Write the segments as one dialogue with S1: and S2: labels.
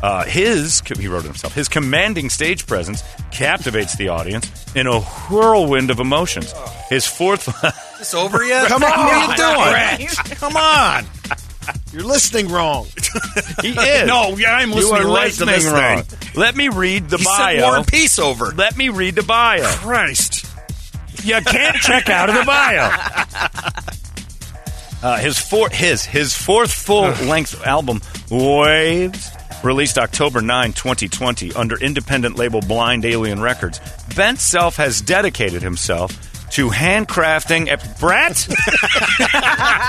S1: Uh, his, he wrote it himself, his commanding stage presence captivates the audience in a whirlwind of emotions. His fourth.
S2: It's over yet?
S3: Come on, what are you
S4: Right.
S3: doing? Come on. You're listening wrong.
S1: He is. no, yeah, I'm
S3: listening
S1: you are
S3: right to
S1: listening
S3: this
S1: wrong. Let me read the
S2: He sent War
S1: bio.
S2: and Peace over.
S1: Let me read the bio.
S3: Christ.
S1: You can't check out of the bio. Uh, his four, his his fourth full length album, Waves, released October 9, 2020, under independent label Blind Alien Records. Bent Self has dedicated himself to handcrafting. ep- Brett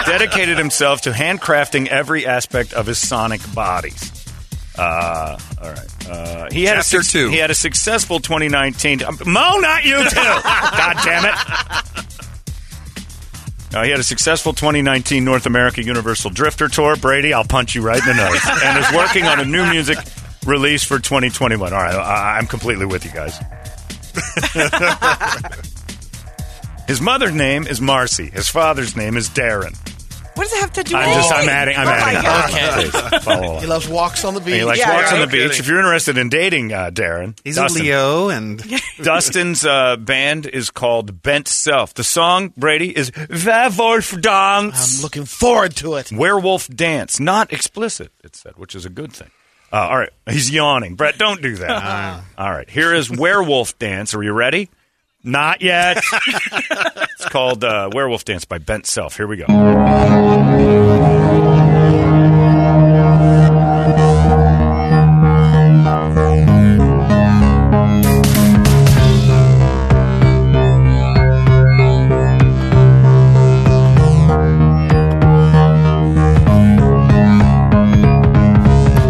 S1: dedicated himself to handcrafting every aspect of his sonic bodies. Uh, all right. Uh, he had a
S2: Chapter
S1: suc-
S2: two.
S1: He had a successful 2019. Um, Mo, not you too. God damn it. Uh, he had a successful 2019 North America Universal Drifter Tour. Brady, I'll punch you right in the nose. and is working on a new music release for 2021. All right, I- I'm completely with you guys. His mother's name is Marcy. His father's name is Darren.
S4: What does it have to do
S1: I'm
S4: with
S1: just I'm
S4: anything?
S1: adding I'm
S4: oh
S1: adding
S4: My
S1: up.
S4: God.
S3: Okay.
S1: Please, follow up.
S3: He loves walks on the beach.
S1: He likes
S2: Yeah,
S1: walks on
S2: no
S1: the beach.
S2: kidding.
S1: If you're interested in dating uh, Darren,
S5: He's
S1: Dustin,
S5: a Leo, and
S1: Dustin's uh, band is called Bent Self. The song Brady is Werewolf Dance.
S3: I'm looking forward to it.
S5: Um,
S1: Werewolf Dance, not explicit. It said, which is a good thing. Uh, all right, he's yawning. Brett, don't do
S5: Uh-huh.
S1: that. all right, here is Werewolf Dance. Are you ready? Not yet. it's called uh, Werewolf Dance by Bent Self. Here we go.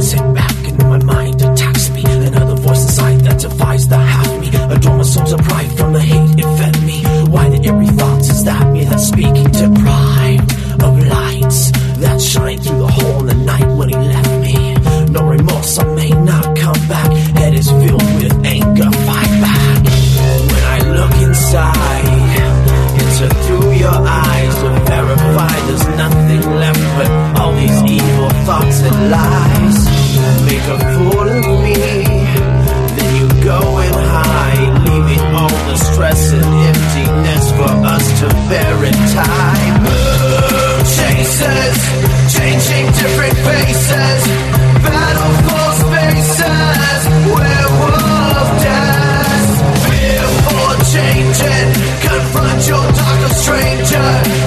S6: Sit back and my mind attacks me. Another voice inside that defies the half me. A dormant soul's of pride from the hate it fed me. Why the eerie thoughts is that me that's speaking to pride of lights that shine through the hole in the night when he left me. No remorse, I may not come back. Head is filled with anger, fight back. When I look inside, it's a through your eyes to verify there's nothing left but all these evil thoughts and lies. Make a fool of me, then you go and hide, leaving all the stress and emptiness for us to bear in time. Moon chasers, changing different faces, battle for spaces, werewolf dance. Fear for changing, confront your darker stranger.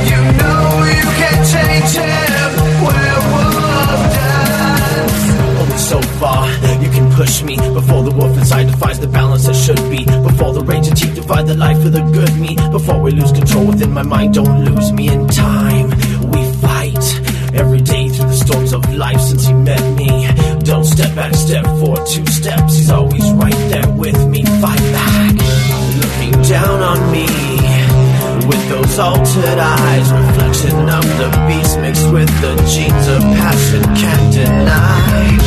S6: You know you can change him. Werewolf dance. Only so far you can push me before the wolf inside defies the balance that should be. Before the rage and teeth divide the life of the good me. Before we lose control within my mind, don't lose me in time. We fight every day through the storms of life since he met me. Don't step back, step forward two steps. He's always right there with me. Fight back, looking down on me. With those altered eyes, reflection of the beast mixed with the genes of passion can't deny.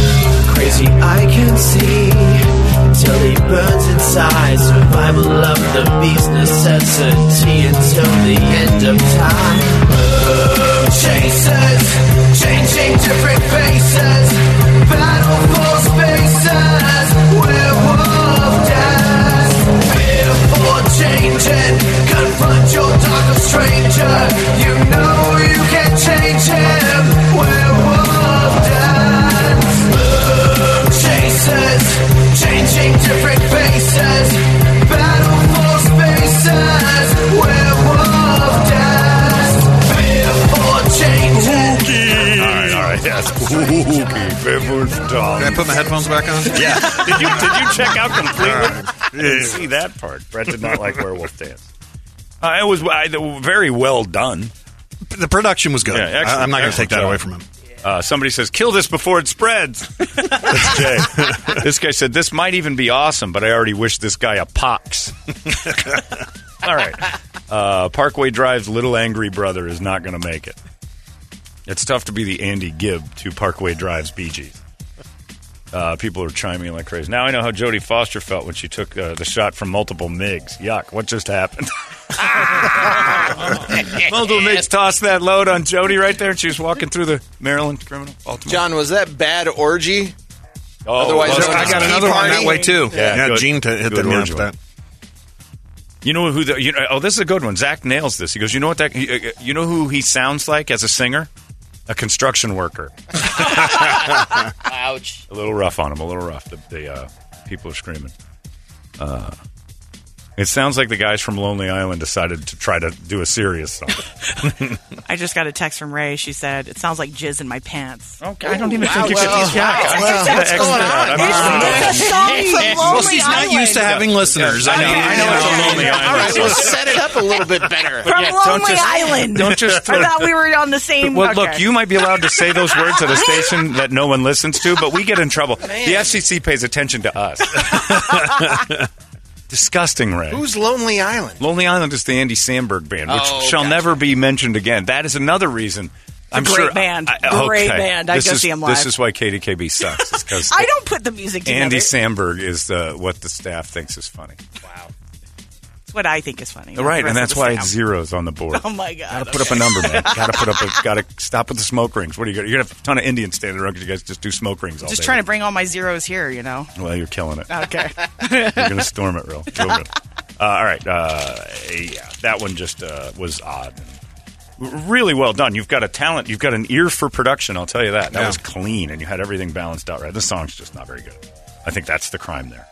S6: Crazy I can see till he burns inside. Survival of the beast necessity until the end of time. Ooh, chasers, changing different faces, battle for spaces, werewolf dust. Fear for changing, confront your darker stranger. You know you can change him. Werewolf dance. Moon chasers, changing different faces. Battle for spaces. Werewolf dance. Fear for changing.
S1: All right, all right, yes. Spooky Werewolf
S5: can I
S1: Dance.
S5: put my headphones back on?
S1: Yeah. did, you, did you check out completely? I
S5: Yeah.
S1: didn't see that part. Brett did not like Werewolf Dance. Uh, it was I, very well done.
S5: The production was good.
S1: Yeah, excellent,
S5: I, am not going to take
S1: excellent
S5: that
S1: job.
S5: away from him.
S1: Uh, somebody says, "Kill this before it spreads." That's Jay. this guy said, "This might even be awesome, but I already wish this guy a pox." All right. Uh, Parkway Drive's little angry brother is not going to make it. It's tough to be the Andy Gibb to Parkway Drive's Bee Gees. Uh, people are chiming in like crazy. Now I know how Jodie Foster felt when she took uh, the shot from multiple MIGs. Yuck! What just happened? multiple MIGs tossed that load on Jodie right there. and She was walking through the Maryland criminal. Baltimore.
S2: John, was that bad orgy?
S1: Oh,
S2: Otherwise,
S1: well,
S2: there
S1: I
S2: was
S1: got
S2: tea
S1: another.
S5: Another one
S2: party?
S5: that way too.
S1: Yeah,
S5: yeah
S1: good-
S5: Gene t- hit
S1: good
S5: the nail
S1: word,
S5: with that.
S1: You know who the? You know, oh, this is a good one. Zach nails this. He goes, you know what that? he- uh, You know who he sounds like as a singer? A construction worker.
S2: Ouch.
S1: A little rough on him. A little rough. The, the uh, people are screaming. Uh, it sounds like the guys from Lonely Island decided to try to do a serious song.
S4: I just got a text from Ray. She said, it sounds like jizz in my pants.
S1: Okay, I don't even
S2: think you could-
S1: Yeah, I'm
S4: Well,
S1: gonna
S4: what's
S1: exit
S4: going
S1: out.
S4: on?
S1: I'm just-
S4: It's the song from Lonely
S5: Well, she's not
S4: Island.
S5: used to having listeners. I know.
S1: I know it's a Lonely Island.
S2: All right,
S1: song.
S2: well, set it up a little bit better.
S4: From
S1: Yeah, don't
S4: Lonely
S1: just-
S4: Island.
S1: don't just throw-
S4: I thought we were on the same.
S1: Well, look,
S4: okay.
S1: you might be allowed to say those words at a station that no one listens to, but we get in trouble. The FCC pays attention to us. Disgusting, Ray.
S2: Who's Lonely Island?
S1: Lonely Island is the Andy Samberg band, which
S2: Oh,
S1: shall
S2: gotcha.
S1: never be mentioned again. That is another reason. I'm
S4: great
S1: sure.
S4: band. Great band. I'd
S1: This
S4: go
S1: is-
S4: see 'em
S1: This
S4: live.
S1: is why KDKB sucks. is 'cause
S4: I don't put the music together.
S1: Andy Samberg is the, what the staff thinks is funny. Wow. It's
S4: what I think is funny. not
S1: Right,
S4: the
S1: and
S4: rest
S1: that's
S4: of the
S1: why it's
S4: staff.
S1: zeros on the board.
S4: Oh my god!
S1: Gotta put up a number, man. gotta put up. A, gotta stop with the smoke rings. What are you? Gonna, you're gonna have a ton of Indians standing around because you guys just do smoke rings all
S4: Just
S1: day.
S4: trying to bring all my zeros here, you know.
S1: Well, you're killing it.
S4: Okay.
S1: You're going to storm it real. real good. Uh, all right. Uh, yeah, that one just uh, was odd. Really well done. You've got a talent. You've got an ear for production. I'll tell you that. That
S5: Yeah.
S1: was clean, and you had everything balanced out right. The song's just not very good. I think that's the crime there.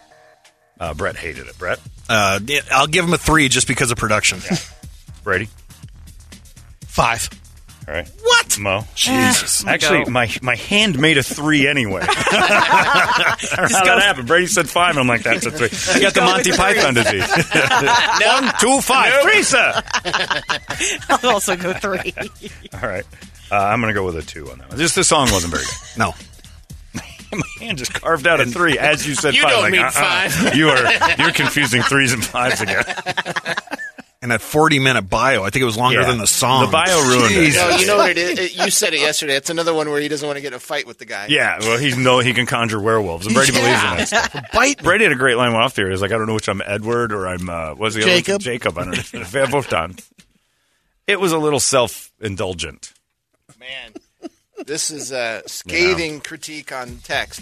S1: Uh, Brett hated it. Brett,
S5: Uh, yeah, I'll give him a three just because of production.
S1: Brady.
S3: Five.
S1: All right.
S3: What?
S1: Mo.
S3: Jesus.
S1: Actually,
S3: Go.
S1: my my hand made a three anyway. How
S3: go-
S1: that happened? Brady said five, and I'm like, that's a three. I got the
S4: Go with
S1: Monty
S4: threes.
S1: Python disease. One, two, five, three, sir.
S4: I'll also go three.
S1: All right. Uh, I'm going to go with a two on that one. Just the song wasn't very good.
S5: no.
S1: My hand just carved out a three as you said
S2: You
S1: five.
S2: don't
S1: Like,
S2: mean
S1: uh-uh.
S2: five.
S1: You are you're confusing threes and fives again.
S5: And that 40 minute bio, I think it was longer
S1: Yeah.
S5: than the song.
S1: The bio ruined it.
S5: Jesus.
S2: No, you know what it is. It- you said it yesterday. It's another one where he doesn't want to get in a fight with the guy.
S1: Yeah, well, he's no, he can conjure werewolves, and Brady believes in that stuff.
S3: Bite me.
S1: Brady had a great line off there. He's like, I don't know which I'm Edward or I'm uh, what's the other one?
S3: Jacob.
S1: Jacob. I don't know. They're both done. It was a little self indulgent.
S2: Man, this is a scathing critique on text.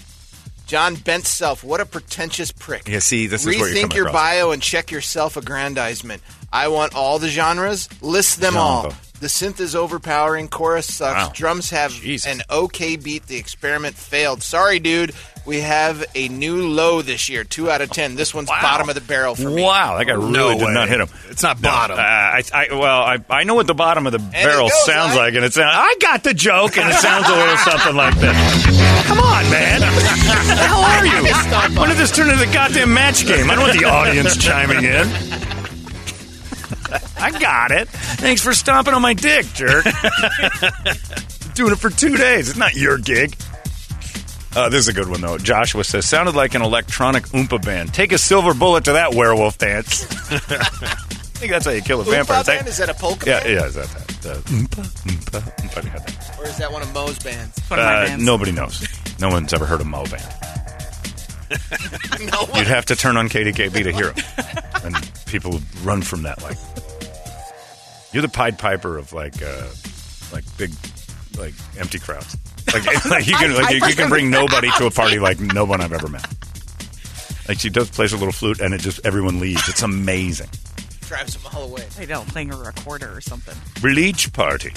S2: John Bent's self, what a pretentious prick.
S1: Yeah, see, this is
S2: Rethink
S1: where you're coming
S2: your
S1: across.
S2: bio and check your self aggrandizement. I want all the genres, list them all.
S1: Genre.
S2: The synth is overpowering, chorus sucks,
S1: Wow.
S2: drums have
S1: Jesus.
S2: an okay beat, the experiment failed. Sorry, dude, we have a new low this year, two out of ten. This one's bottom of the barrel for me.
S1: Wow, that guy really
S5: No
S1: did
S5: way.
S1: not hit him.
S5: It's not bottom.
S1: Uh, I, I, well, I, I know what the bottom of the
S2: it
S1: barrel
S2: goes,
S1: sounds
S2: right?
S1: like, and it sounds. I got the joke, and it sounds a little something like this. Come on, man. How are you? When did this turn into the goddamn match game? I don't want the audience chiming in. I got it. Thanks for stomping on my dick, jerk. Doing it for two days. It's not your gig. Uh, this is a good one, though. Joshua says, sounded like an electronic Oompa band. Take a silver bullet to that werewolf dance. I think that's how you kill a vampire.
S2: Oompa
S1: It's like-
S2: band? Is that a polka
S1: Yeah,
S2: band?
S1: yeah, is that that? Uh, oompa, oompa, oompa. yeah, that.
S2: Or is that one of Moe's bands?
S4: One of my
S1: Uh,
S4: bands.
S1: nobody knows. No one's ever heard of Mo Band.
S2: no
S1: You'd have to turn on KDKB to hear them. and people run from that like... You're the Pied Piper of like, uh, like big, like empty crowds. Like, like you can, like you, you can bring nobody to a party like no one I've ever met. Like she does plays a little flute and it just everyone leaves. It's amazing.
S2: drives them all away.
S4: I know, playing a recorder or something.
S1: Bleach Party.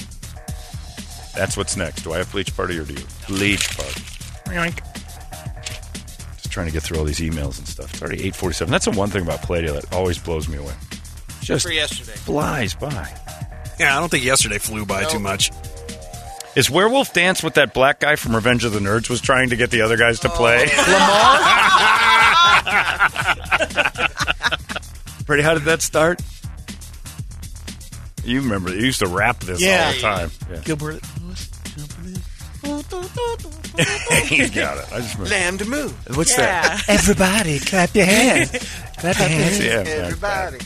S1: That's what's next. Do I have Bleach Party or do you? Bleach Party. Just trying to get through all these emails and stuff. It's already 847. That's the one thing about Palladio that always blows me away. Just
S2: For yesterday.
S1: flies by.
S5: yeah, I don't think yesterday flew by too much.
S1: Is Werewolf Dance what that black guy from Revenge of the Nerds was trying to get the other guys to play?
S2: Lamar?
S1: Pretty, how did that start? You remember, they used to rap this
S3: Yeah.
S1: all the time. Yeah.
S3: Gilbert Lewis.
S1: He's got it. I just remember.
S2: Lamb to move.
S1: What's that?
S3: Everybody, clap your hands. clap your hands.
S1: Yeah, man.
S2: Everybody.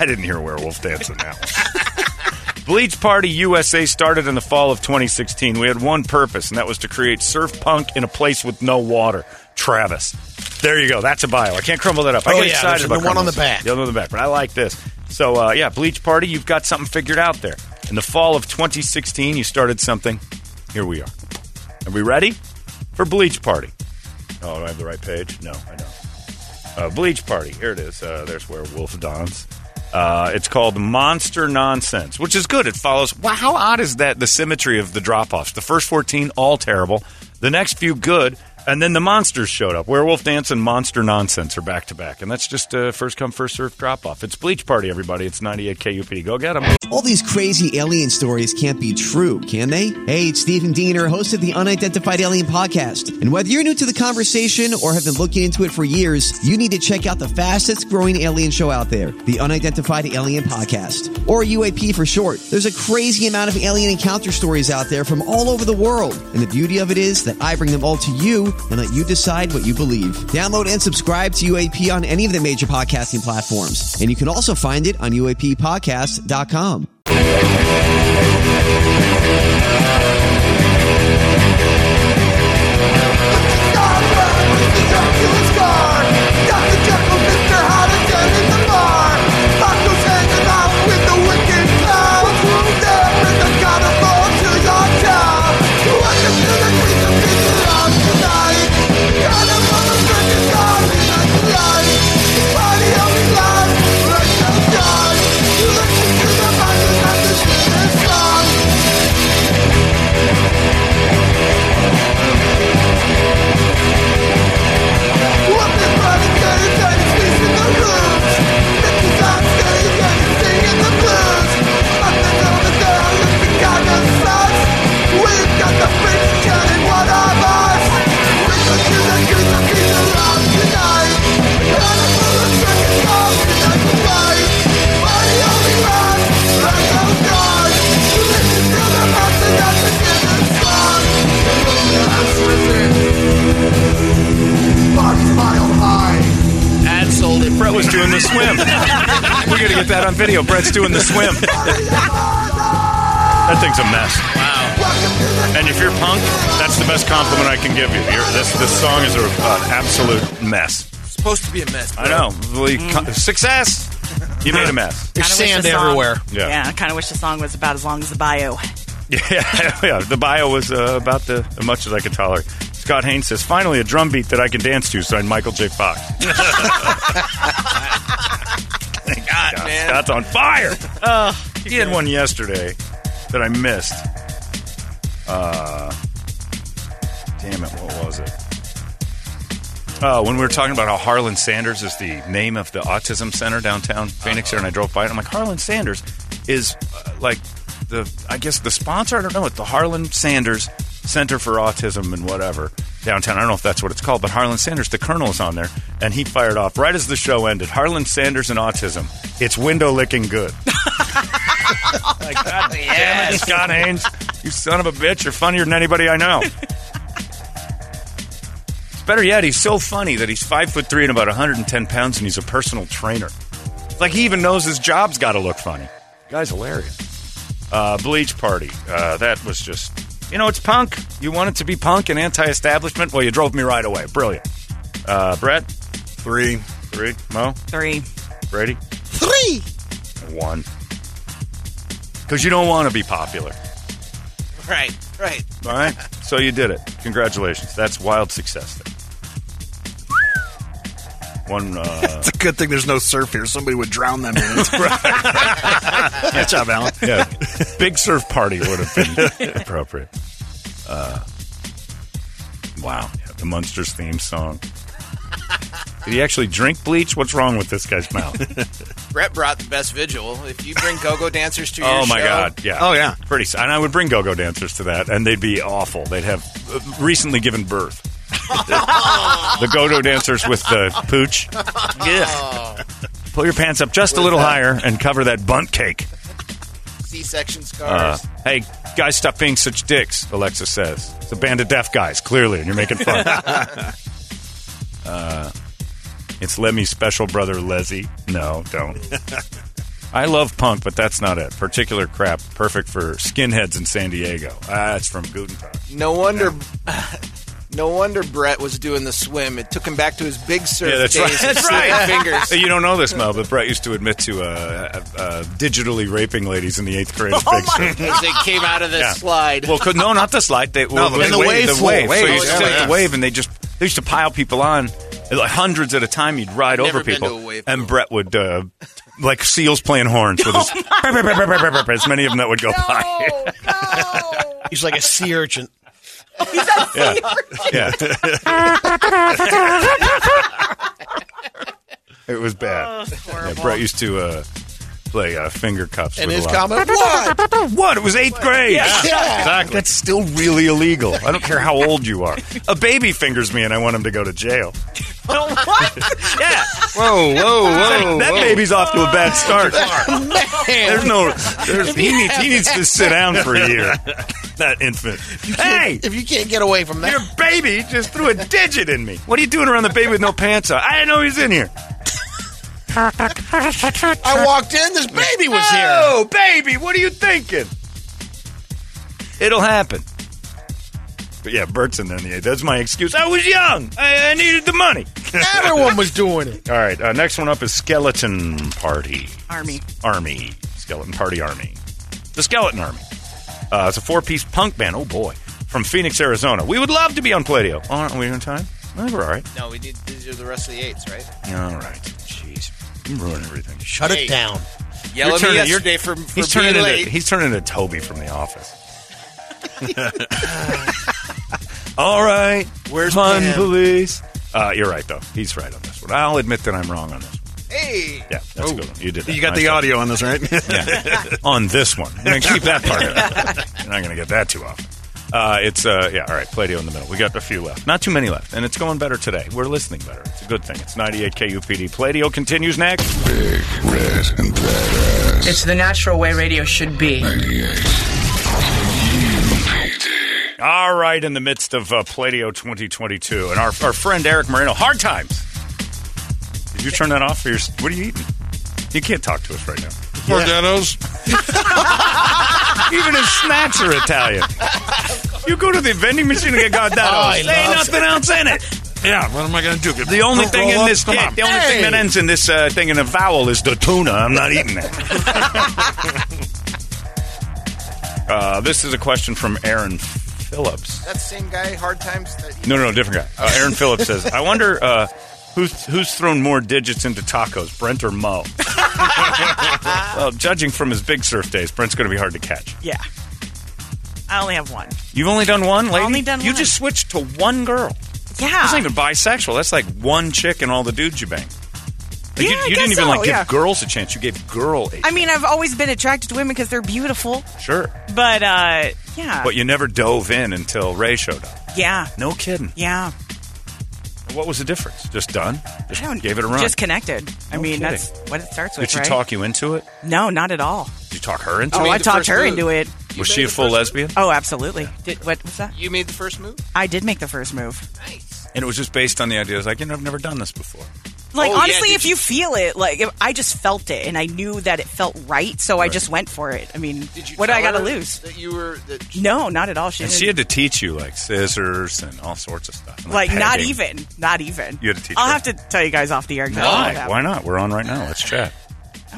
S1: I didn't hear werewolf dancing now. Bleach Party USA started in the fall of 2016. We had one purpose, and that was to create surf punk in a place with no water. Travis. There you go. That's a bio. I can't crumble that up. I
S3: Oh,
S1: get
S3: yeah,
S1: excited
S3: there's
S1: about
S3: the one on
S1: crumbles.
S3: the back.
S1: The other on the back. But I like this. So, uh, yeah, Bleach Party, you've got something figured out there. In the fall of 2016, you started something. Here we are. Are we ready for Bleach Party? Oh, do I have the right page? No, I don't. Uh, Bleach Party. Here it is. Uh, there's where Wolf dons. Uh, it's called Monster Nonsense, which is good. It follows. Wow, how odd is that? The symmetry of the drop offs. The first 14, all terrible. The next few, good. And then the monsters showed up. Werewolf Dance and Monster Nonsense are back to back. And that's just uh, first come, first serve drop off. It's Bleach Party, everybody. It's 98 KUPD. Go get them.
S7: All these crazy alien stories can't be true, can they? Hey, it's Stephen Diener, host of the Unidentified Alien Podcast. And whether you're new to the conversation or have been looking into it for years, you need to check out the fastest growing alien show out there, the Unidentified Alien Podcast, or UAP for short. There's a crazy amount of alien encounter stories out there from all over the world. And the beauty of it is that I bring them all to you and let you decide what you believe. Download and subscribe to UAP on any of the major podcasting platforms. And you can also find it on UAPpodcast.com.
S6: Dr. Jekyll, Mr. Hyde, and Jenny the Bard.
S1: was doing the swim. we got to get that on video. Brett's doing the swim. that thing's a mess. Wow. And if you're punk, that's the best compliment I can give you. You're, this this song is a, an absolute mess. Mm-hmm.
S2: It's supposed to be a mess.
S1: I know. We- Success. You made a mess.
S4: Kinda wish the song- Yeah,
S1: Yeah.
S4: I kind of wish the song was about as long as the bio.
S1: Yeah, yeah. The bio was uh, about the as much as I could tolerate. Scott Haynes says, "Finally, a drum beat that I can dance to." Signed Michael J. Fox. Thank God,
S2: man.
S1: Scott's on fire. he had one yesterday that I missed. Uh, damn it, what was it? Oh, when we were talking about how Harlan Sanders is the name of the autism center downtown Phoenix here, and I drove by it, I'm like, Harlan Sanders is uh, like the, I guess the sponsor. I don't know. It's the Harlan Sanders Center for Autism and whatever downtown. I don't know if that's what it's called, but Harlan Sanders, the colonel, is on there, and he fired off right as the show ended. Harlan Sanders and autism. It's window licking good. like, God damn it, Scott Haynes, you son of a bitch! You're funnier than anybody I know. It's better yet, he's so funny that he's five foot three and about 110 pounds, and he's a personal trainer. It's like he even knows his job's got to look funny. Guy's hilarious. Uh, Bleach Party. Uh, that was just, you know, it's punk. You want it to be punk and anti-establishment. Well, you drove me right away. Brilliant. Uh, Brett, three, three. Mo,
S4: three.
S1: Brady, three. One. Because you don't want to be popular.
S2: Right, right.
S1: All right. So you did it. Congratulations. That's wild success. There. One. Uh,
S5: It's a good thing there's no surf here. Somebody would drown them in it. Good job, Alan.
S1: yeah. Big surf party would have been appropriate. Uh, wow. Yeah, the Munsters theme song. Did he actually drink bleach? What's wrong with this guy's mouth?
S2: Brett brought the best vigil. If you bring go-go dancers to your
S1: oh my
S2: show-
S1: god! Yeah. Oh yeah. Pretty. s- And I would bring go-go dancers to that, and they'd be awful. They'd have uh, recently given birth. the go-go dancers with the pooch.
S2: Oh.
S1: Pull your pants up just a
S2: With
S1: little
S2: that-
S1: higher and cover that bunt cake.
S2: C-section
S1: Uh,
S2: scars.
S1: hey, guys, stop being such dicks, Alexa says. It's a band of deaf guys, clearly, and you're making fun. uh, it's Lemmy's special brother, Leslie. No, don't. I love punk, but that's not it. Particular crap, perfect for skinheads in San Diego. Ah, it's from Gutentag.
S2: no wonder. No wonder Brett was doing the swim. It took him back to his big surf
S1: Yeah, that's
S2: days.
S1: right.
S2: of
S1: That's
S2: slipping
S1: right.
S2: Fingers.
S1: You don't know this, Mel, but Brett used to admit to uh, uh, uh, digitally raping ladies in the eighth
S2: Oh
S1: grade. at Big Sur.
S2: As they came out of the
S1: Yeah.
S2: slide.
S1: Well, could, no, not the slide. They,
S2: No,
S1: well,
S2: the
S1: the
S2: wave.
S1: wave.
S2: The
S1: The
S2: wave.
S1: wave. So
S2: Oh,
S1: you used to
S2: yeah,
S1: take
S2: yeah.
S1: the wave, and they just they used to pile people on, like hundreds at a time. You'd ride
S2: I've
S1: over
S2: never been
S1: people,
S2: to a wave
S1: and Brett would uh, like seals playing horns with his as many of them that would go by.
S8: He's like a sea urchin.
S1: Yeah. yeah. it was
S2: Oh,
S1: bad. Yeah, Brett used to uh, play uh, finger cuffs.
S8: And
S1: with
S8: his
S1: a lot.
S8: comment, "What?
S1: What? It was eighth grade.
S8: Yeah. Yeah.
S1: exactly. That's still really illegal. I don't care how old you are. A baby fingers me, and I want him to go to jail.
S3: what?
S1: yeah.
S5: Whoa, whoa,
S1: That, that baby's off to a bad start.
S3: There's
S1: There's no. There's, he, needs, he needs to sit down for a year. That infant. Hey,
S8: if you can't get away from that,
S1: your baby just threw a digit in me. What are you doing around the baby with no pants on? I didn't know he was in here.
S8: I walked in. This baby was here.
S1: Oh, baby, what are you thinking? It'll happen. But yeah, Bert's in there. in the eighth. That's my excuse. I was young. I, I needed the money.
S8: Everyone was doing it.
S1: All right. Uh, next one up is Skeleton Party.
S4: Army.
S1: Army. Skeleton Party Army. The Skeleton Army. Uh, it's a four piece punk band. Oh, boy. From Phoenix, Arizona. We would love to be on Play Doh. Aren't we on time? No, we're all right.
S2: No, we need these are the rest of the eights, right?
S1: All right. Jeez. I'm ruining everything.
S8: Shut it down.
S2: Yell
S1: You're
S2: at me
S1: turning- you're-
S2: yesterday for, for
S1: he's
S2: being
S1: turning
S2: late.
S1: Into, he's turning into Toby from The Office. All right. Where's Pun
S2: Pam?
S1: Police? Uh, you're right, though. He's right on this one. I'll admit that I'm wrong on this one.
S2: hey.
S1: Yeah, that's a good. One. You did that.
S5: You got
S1: Nice
S5: the
S1: job.
S5: audio on this, right?
S1: Yeah. on this one. I'm going to keep that part of it. You're not going to get that too often. Uh, it's, uh, yeah, all right, Play-Doh in the middle. We got a few left. Not too many left, and it's going better today. We're listening better. It's a good thing. It's 98 KUPD. Play-Doh continues next. Big, red, and
S9: It's the natural way radio should be.
S1: All right, in the midst of uh, Pladio 2022, and our, our friend Eric Moreno, hard times. He's Did you turn that off for your? What are you eating? You can't talk to us right now.
S10: Ghettos.
S1: Even his snacks are Italian. You go to the vending machine and get
S10: Oh,
S1: goddamn.
S10: he
S1: There ain't
S10: loves
S1: nothing
S10: it.
S1: else in it.
S10: Yeah, what am I going to do? Get
S1: The only
S10: roll
S1: thing in
S10: up?
S1: this
S10: Come
S1: cake,
S10: on.
S1: the only thing that
S10: Hey.
S1: ends in this uh, thing in a vowel is the tuna. I'm not eating that. uh, this is a question from Aaron Phillips.
S2: That same guy, hard times. That
S1: No, no, no, different guy. Uh, Aaron Phillips says, "I wonder uh, who's who's thrown more digits into tacos, Brent or Mo." well, judging from his Big Surf days, Brent's going to be hard to catch.
S4: Yeah. I only have one.
S1: You've only done one, lady.
S4: only done
S1: you
S4: one.
S1: just switched to one girl.
S4: Yeah.
S1: That's not even bisexual. That's like one chick and all the dudes you bang. Like, you
S4: Yeah, I
S1: you
S4: guess
S1: didn't even
S4: so,
S1: like give
S4: yeah.
S1: girls a chance. You gave girl a
S4: I mean, I've always been attracted to women because they're beautiful.
S1: sure,
S4: But uh, yeah,
S1: but you never dove in until Ray showed up.
S4: yeah,
S1: No kidding.
S4: yeah.
S1: What was the difference? Just done. Just
S4: I don't-
S1: gave it a run.
S4: Just connected. I
S1: No
S4: mean,
S1: kidding.
S4: that's what it starts with.
S1: Did she
S4: right?
S1: talk you into it?
S4: No, not at all.
S1: Did you talk her into
S4: oh,
S1: it?
S4: I talked her into it.
S1: Was she a full lesbian?
S4: Oh, absolutely. Did, what was that?
S2: You made the first move.
S4: I did make the first move.
S1: And it was just based on the idea. It was like, you know, I've never done this before.
S4: Like
S2: Oh, yeah,
S4: honestly,
S2: did
S4: if you feel it, like if I just felt it, and I knew that it felt right, so I just went for it. I mean, what do I got to
S2: tell her
S4: lose?
S2: That you were. That
S4: No, not at all. She
S1: And
S4: didn't.
S1: she had to teach you like scissors and all sorts of stuff. and,
S4: like not
S1: pegging.
S4: even, not even.
S1: You had to teach
S4: I'll
S1: her.
S4: have to tell you guys off the air. exactly what
S1: Why?
S4: happened.
S1: Why not? We're on right now. Let's chat.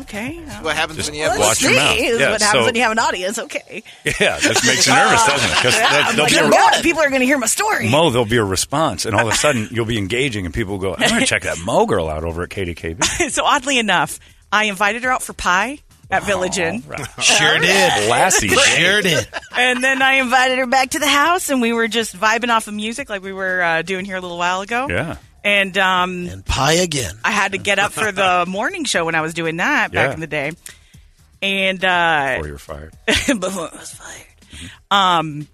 S4: Okay.
S2: What happens
S1: Just
S2: when you have?
S1: watch your
S4: See,
S1: mouth.
S4: is
S1: Yeah,
S4: what happens
S1: so-
S4: when you have an audience. Okay.
S1: Yeah, this makes you nervous, doesn't it? Because
S4: Yeah, I'm like,
S1: there'll
S4: oh,
S1: be
S4: God, people are going to hear my
S1: a
S4: story.
S1: Mo, there'll be a response, and all of a sudden you'll be engaging, and people will go, "I'm going to check that Mo girl out over at KDKB."
S4: so oddly enough, I invited her out for pie at Village
S1: Oh,
S4: Inn,
S1: Sure did, Lassie. Sure did.
S4: and then I invited her back to the house, and we were just vibing off of music like we were uh, doing here a little while ago.
S10: Yeah.
S4: And um,
S8: Pie again.
S4: I had to get up for the morning show when I was doing that
S10: Yeah.
S4: back in the day. And uh
S1: Before you were fired.
S4: before I was fired. Um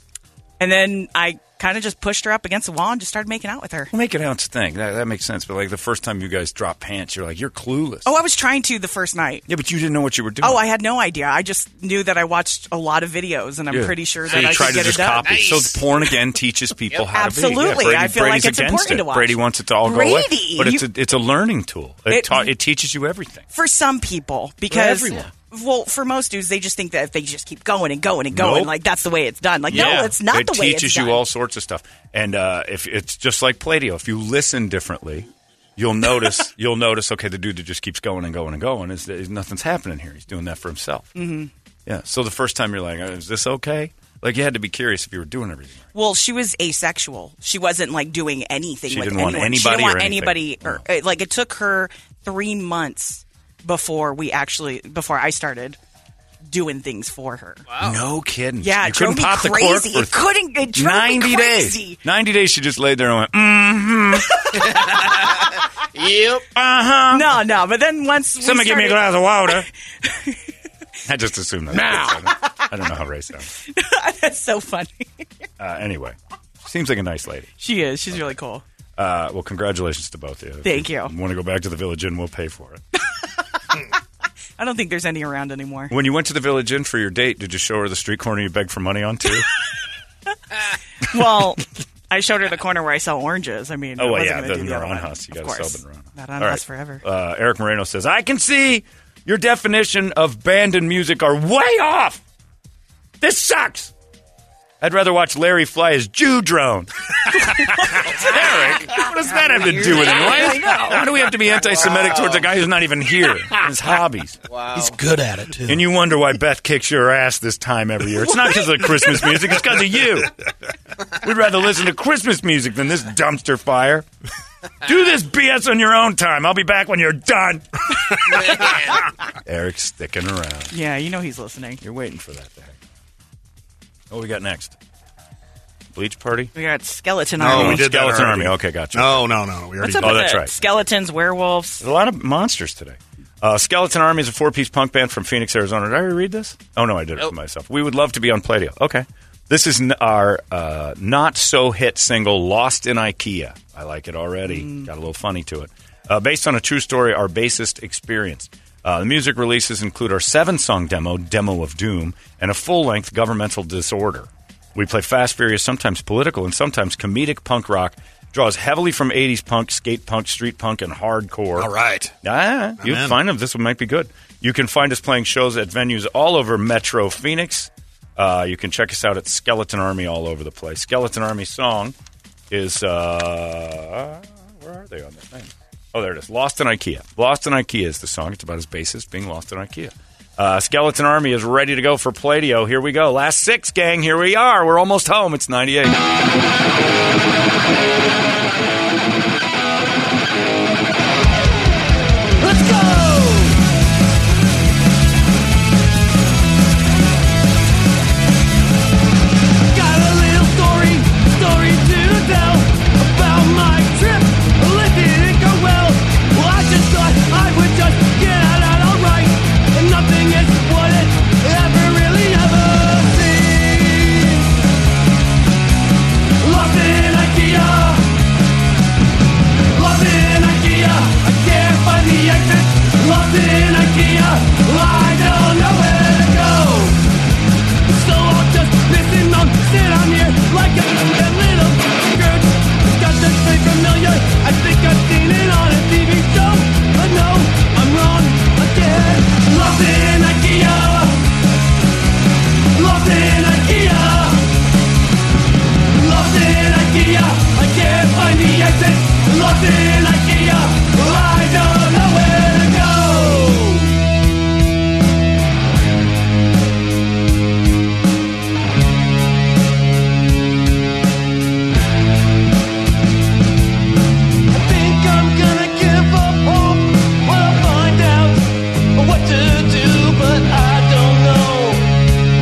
S4: and then I kind of just pushed her up against the wall and just started making out with her.
S1: Well, make an ounce thing. That, that makes sense. But like the first time you guys drop pants, you're like, you're clueless.
S4: Oh, I was trying to the first night.
S1: Yeah, but you didn't know what you were doing.
S4: Oh, I had no idea. I just knew that I watched a lot of videos, and I'm
S1: Yeah.
S4: pretty sure
S1: so
S4: that
S1: you
S4: I
S1: try
S4: could
S1: to
S4: get
S1: just
S4: it done.
S1: copy. So porn again teaches people how to be.
S4: Absolutely.
S1: Brady-
S4: I feel like
S1: Brady's
S4: it's
S1: against
S4: important
S1: it.
S4: to watch.
S1: Brady wants it to all go away,
S4: Brady,
S1: but it's
S4: you-
S1: a, it's a learning tool. It
S4: It-
S1: ta- it teaches you everything.
S4: for some people because
S1: everyone.
S4: well for most dudes they just think that if they just keep going and going and going
S1: Nope.
S4: like that's the way it's done like
S1: Yeah.
S4: no it's not
S1: It
S4: the way
S1: teaches
S4: it's
S1: you
S4: done
S1: all sorts of stuff, and uh, if it's just like Play-Doh, if you listen differently. You'll notice. You'll notice. Okay, the dude that just keeps going and going and going is, is nothing's happening here. He's doing that for himself.
S4: hmm
S1: Yeah. So the first time you're like, "Uh, "Is this okay?" Like you had to be curious if you were doing everything.
S4: well she was asexual she wasn't like doing anything
S1: She
S4: with
S1: didn't want
S4: anyone. she
S1: anybody
S4: didn't want
S1: or
S4: anybody
S1: anything.
S4: or, uh, like it took her three months before we actually before i started doing things for her
S1: No kidding.
S4: Yeah, it
S1: you couldn't
S4: drove me
S1: pop the cork
S4: crazy.
S1: for
S4: It couldn't- it drove me
S1: ninety
S4: crazy.
S1: days. Ninety days. She just laid there and went. Mm-hmm.
S4: yep uh-huh no no but then once we
S1: Someone give me a
S4: started-
S1: glass of water. I just assumed that. Now. I don't know how Ray sounds.
S4: that's so funny
S1: Uh, anyway, seems like a nice lady.
S4: she is she's really cool
S1: Uh, well, congratulations to both of you. If
S4: Thank you.
S1: Want to go back to the Village Inn? We'll pay for it.
S4: i don't think there's any around anymore
S1: When you went to the Village Inn for your date, did you show her the street corner you begged for money on too? Oh,
S4: Well, I showed her the corner where I sell oranges. I mean, I
S1: oh well,
S4: wasn't
S1: yeah,
S4: gonna
S1: the
S4: do the other one.
S1: Naranjas. You
S4: Of
S1: got to sell
S4: course.
S1: the Naranjas.
S4: Not on
S1: All
S4: us
S1: right.
S4: forever.
S1: Uh, Eric Moreno says, I can see your definition of band and music are way off. This sucks. I'd rather watch Larry fly his Jew drone. Eric, what does that have to do with it? Why, why do we have to be anti Semitic towards a guy who's not even here? His hobbies.
S8: Wow.
S2: oh.
S8: He's good at it, too.
S1: And you wonder why Beth kicks your ass this time every year. It's not because of Christmas music, it's because of you. We'd rather listen to Christmas music than this dumpster fire. Do this BS on your own time. I'll be back when you're done. Eric's sticking around.
S4: Yeah, you know he's listening.
S1: You're waiting for that. Thing. What we got next? Bleach party?
S4: We got skeleton
S1: No,
S4: army.
S1: we did that Skeleton already. Army. Okay, gotcha.
S5: No, no, no. We already
S4: What's up
S1: Oh,
S4: with
S1: that's
S4: it?
S1: right.
S4: Skeletons, werewolves.
S1: There's a lot of monsters today. Uh, Skeleton Army is a four piece punk band from Phoenix, Arizona. Did I already read this? Oh, no, I did it for myself. We would love to be on Playdeal. Okay. This is n- our uh, not so hit single, Lost in IKEA. I like it already. Got a little funny to it. Uh, based on a true story, our bassist experience. Uh, the music releases include our seven song demo, Demo of Doom, and a full length governmental disorder. We play fast, furious, sometimes political, and sometimes comedic punk rock Draws heavily from 80s punk, skate punk, street punk, and hardcore. All right. Ah, you
S8: I'm in.
S1: find them. This one might be good. You can find us playing shows at venues all over Metro Phoenix. Uh, you can check us out at Skeleton Army all over the place. Skeleton Army song is. Uh, where are they on the thing? Oh, there it is. Lost in IKEA. Lost in IKEA is the song. It's about his bassist being lost in IKEA. Uh, Skeleton Army is ready to go for Palladio. Here we go. Last six, gang. Here we are. We're almost home. It's 98.
S11: Let's go! Got a little story, story to tell about my trip. Well, it didn't go well. Well, I just thought I would just get out, out alright. And nothing is what it ever really ever seems. Lost in Ikea. Lost in IKEA, I can't find the exit. Lost in IKEA, I don't know where to go. So I'm just pissing on, sit on here like a that little skirt. It's got this thing familiar. I think I've seen it on a TV show, but no, I'm wrong again. Lost in IKEA. Lost in IKEA. Lost in IKEA, I can't find the exit. Lost in IKEA, I don't know where to go. I think I'm gonna give up hope when I find out what to do, but I don't know.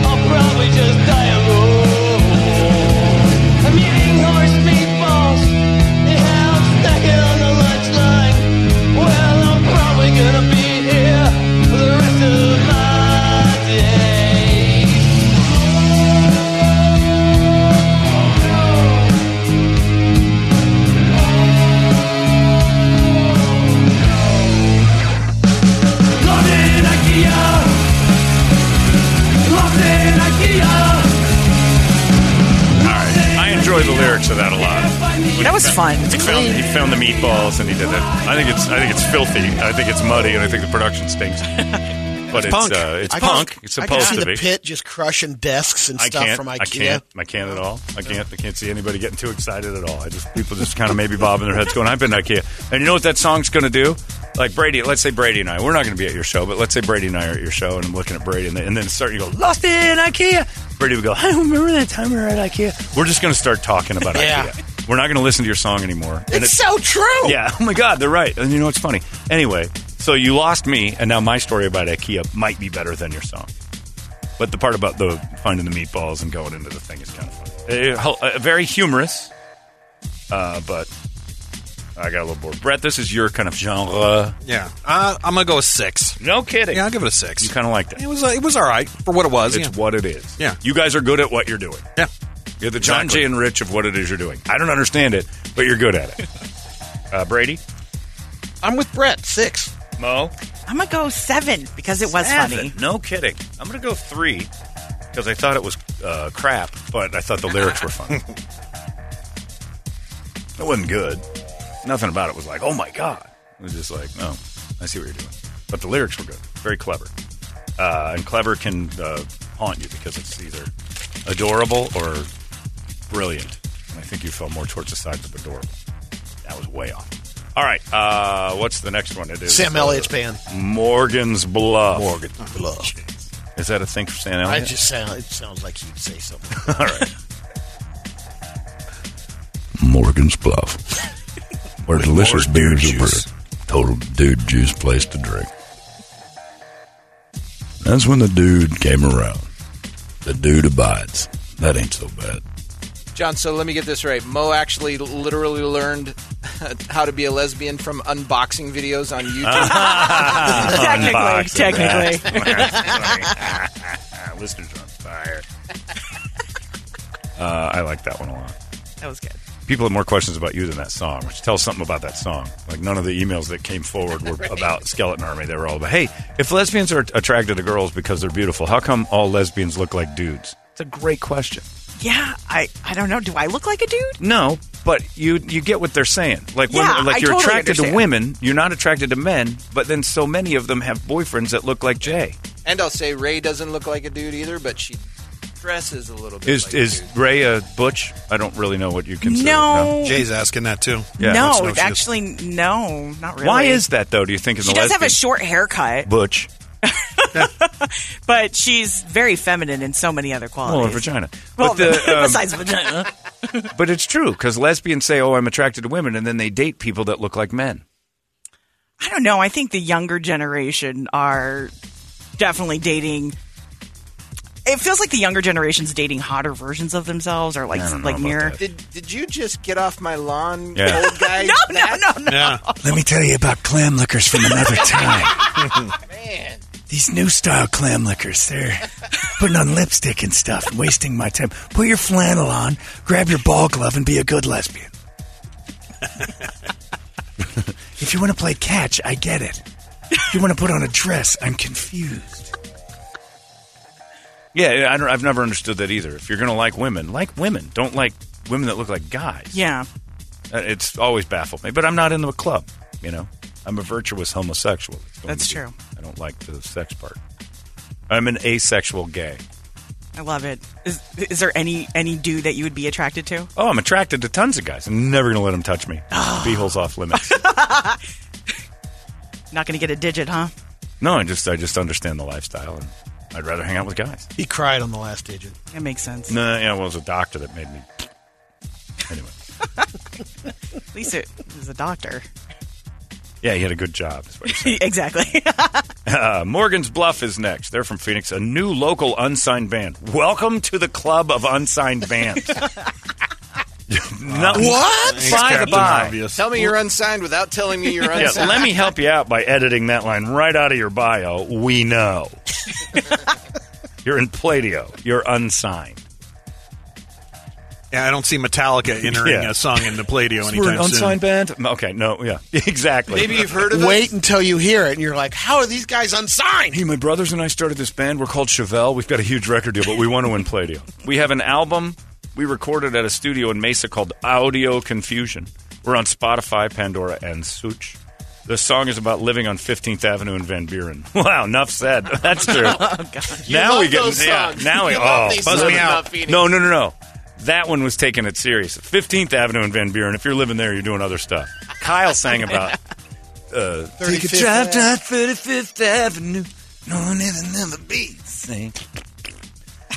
S11: I'll probably just die alone. I'm eating horse meatballs. They have stacking on the lunch line. Well, I'm probably gonna be here for the rest of my days. Locked in IKEA. Locked in IKEA.
S1: All right. I enjoy the lyrics of that a lot.
S4: That was fun.
S1: He found, he found the meatballs and he did it. I think it's I think it's filthy. I think it's muddy, and I think the production stinks. But it's
S12: punk.
S1: Uh, it's
S12: I can-
S1: punk. It's
S12: I can
S1: supposed
S12: see
S1: to
S12: the
S1: be.
S12: pit just crushing desks and
S1: I
S12: stuff
S1: can't.
S12: from
S1: I
S12: IKEA.
S1: can't. I can't at all. I can't. I can't see anybody getting too excited at all. I just people just kind of maybe bobbing their heads, going, "I've been to IKEA." And you know what that song's going to do? Like Brady, let's say Brady and I. We're not going to be at your show, but let's say Brady and I are at your show, and I'm looking at Brady, and, then- and then start you go, "Lost in IKEA." Brady would go, "I don't remember that time we were at IKEA." We're just going to start talking about
S12: Yeah.
S1: IKEA. We're not going to listen to your song anymore. And
S12: It's so true.
S1: yeah. Oh my God, they're right. And you know what's funny? Anyway, so you lost me, and now my story about IKEA might be better than your song. But the part about the finding the meatballs and going into the thing is kind of funny. Uh, uh, very humorous, uh, but I got a little bored. Brett, this is your kind of genre.
S13: Yeah, uh, I'm gonna go with six.
S1: No kidding.
S13: Yeah, I'll give it a six.
S1: You kind of liked it.
S13: It was uh, it was all right for what it was.
S1: It's
S13: yeah.
S1: what it is.
S13: Yeah.
S1: You guys are good at what you're doing.
S13: Yeah.
S1: You're the John
S13: Exactly.
S1: Jay and Rich of what it is you're doing. I don't understand it, but you're good at it. Uh, Brady?
S4: I'm with Brett. Six.
S1: Mo?
S4: I'm gonna go seven because it was
S1: Seven.
S4: funny.
S1: No kidding. I'm going to go three because I thought it was uh, crap, but I thought the lyrics were fun. it wasn't good. Nothing about it was like, oh my God. It was just like, oh, I see what you're doing. But the lyrics were good, very clever. Uh, and clever can uh, haunt you because it's either adorable or brilliant. And I think you fell more towards the side of adorable. That was way off. All right. Uh, what's the next one? It is uh,
S12: Sam Elliott's band.
S1: Morgan's Bluff.
S12: Morgan Bluff.
S1: Is that a thing for Sam
S12: I
S1: Elliott?
S12: just sound. It sounds like you'd say something.
S1: All right.
S14: Morgan's Bluff, where delicious beers are brewed. Total dude juice place to drink. That's when the dude came around. The dude abides. That ain't so bad.
S2: John, so let me get this right. Mo actually literally learned how to be a lesbian from unboxing videos on YouTube.
S1: Unboxing.
S2: technically.
S1: Listeners are on fire. Uh, I like that one a lot.
S4: That was good.
S1: People have more questions about you than that song, which tells something about that song. Like none of the emails that came forward were about Skeleton Army. They were all about, hey, if lesbians are attracted to girls because they're beautiful, how come all lesbians look like dudes? It's a great question.
S4: Yeah, I, I don't know. Do I look like a dude?
S1: No, but you you get what they're saying. Like
S4: Yeah,
S1: women, like
S4: I
S1: you're
S4: totally
S1: attracted to
S4: understand.
S1: women, you're not attracted to men. But then so many of them have boyfriends that look like Jay.
S2: And I'll say Ray doesn't look like a dude either, but she dresses a little bit.
S1: Is
S2: like
S1: is Ray a butch? I don't really know what you consider.
S4: No.
S13: Jay's asking that too.
S4: no, actually, no, not really.
S1: Why is that though? Do you think in
S4: She
S1: the
S4: does have a
S1: lesbian-
S4: short haircut,
S1: butch?
S4: but she's very feminine in so many other qualities.
S1: Well, a vagina.
S4: Well,
S1: But the, um,
S4: besides vagina.
S1: But it's true because lesbians say, "Oh, I'm attracted to women," and then they date people that look like men.
S4: I don't know. I think the younger generation are definitely dating. It feels like the younger generation's dating hotter versions of themselves, or like
S1: I don't know
S4: like
S1: about
S4: mirror.
S1: that.
S2: Did did you just get off my lawn,
S1: Yeah.
S2: old guy?
S4: no, no, no, no.
S12: Let me tell you about clam liquors from another time.
S2: Man.
S12: These new style clam liquors, they're putting on lipstick and stuff and wasting my time. Put your flannel on, grab your ball glove, and be a good lesbian. if you want to play catch, I get it. If you want to put on a dress, I'm confused.
S1: Yeah, I don't, I've never understood that either. If you're going to like women, like women. Don't like women that look like guys.
S4: Yeah.
S1: Uh, It's always baffled me. But I'm not in the club, you know? I'm a virtuous homosexual. It's going
S4: That's
S1: to be-
S4: true.
S1: I don't like the sex part. I'm an asexual gay.
S4: I love it. Is is there any any dude that you would be attracted to?
S1: Oh, I'm attracted to tons of guys. I'm never going to let them touch me.
S4: Ah.
S1: Beehole's off limits.
S4: Not going to get a digit, huh?
S1: no, I just I just understand the lifestyle, and I'd rather hang out with guys.
S8: He cried on the last digit.
S4: That makes sense.
S1: No, yeah, well, it was a doctor that made me. Anyway,
S4: At least it was a doctor.
S1: yeah, he had a good job. is what he said.
S4: exactly.
S1: Uh, Morgan's Bluff is next. They're from Phoenix, a new local unsigned band. Welcome to the club of unsigned bands. Not-
S2: What?
S1: By the by,
S2: Tell me you're unsigned without telling me you're
S1: Yeah,
S2: unsigned.
S1: let me help you out by editing that line right out of your bio. We know. You're in Pladio. You're unsigned.
S13: Yeah, I don't see Metallica entering
S1: Yeah.
S13: a song into Pladio anytime
S1: We're an unsigned
S13: soon.
S1: band? Okay, no, yeah. Exactly.
S8: Wait until you hear it, and you're like, "How are these guys unsigned?"
S1: Hey, my brothers and I started this band. We're called Chevelle. We've got a huge record deal, but we want to win Playdeal. We have an album we recorded at a studio in Mesa called Audio Confusion. We're on Spotify, Pandora, and Such. The song is about living on 15th Avenue in Van Buren. Wow, enough said. That's true.
S2: You
S1: now
S2: love
S1: we get
S2: those
S1: yeah,
S2: songs.
S1: now we
S2: You
S1: oh,
S2: love these
S1: buzz
S2: songs
S1: me out.
S2: about feeding.
S1: No, no, no, no. That one was taking it serious. 15th Avenue in Van Buren. If you're living there, you're doing other stuff. Kyle sang about uh,
S12: Take a drive down 35th Avenue. No one ever never beats.
S1: Sing.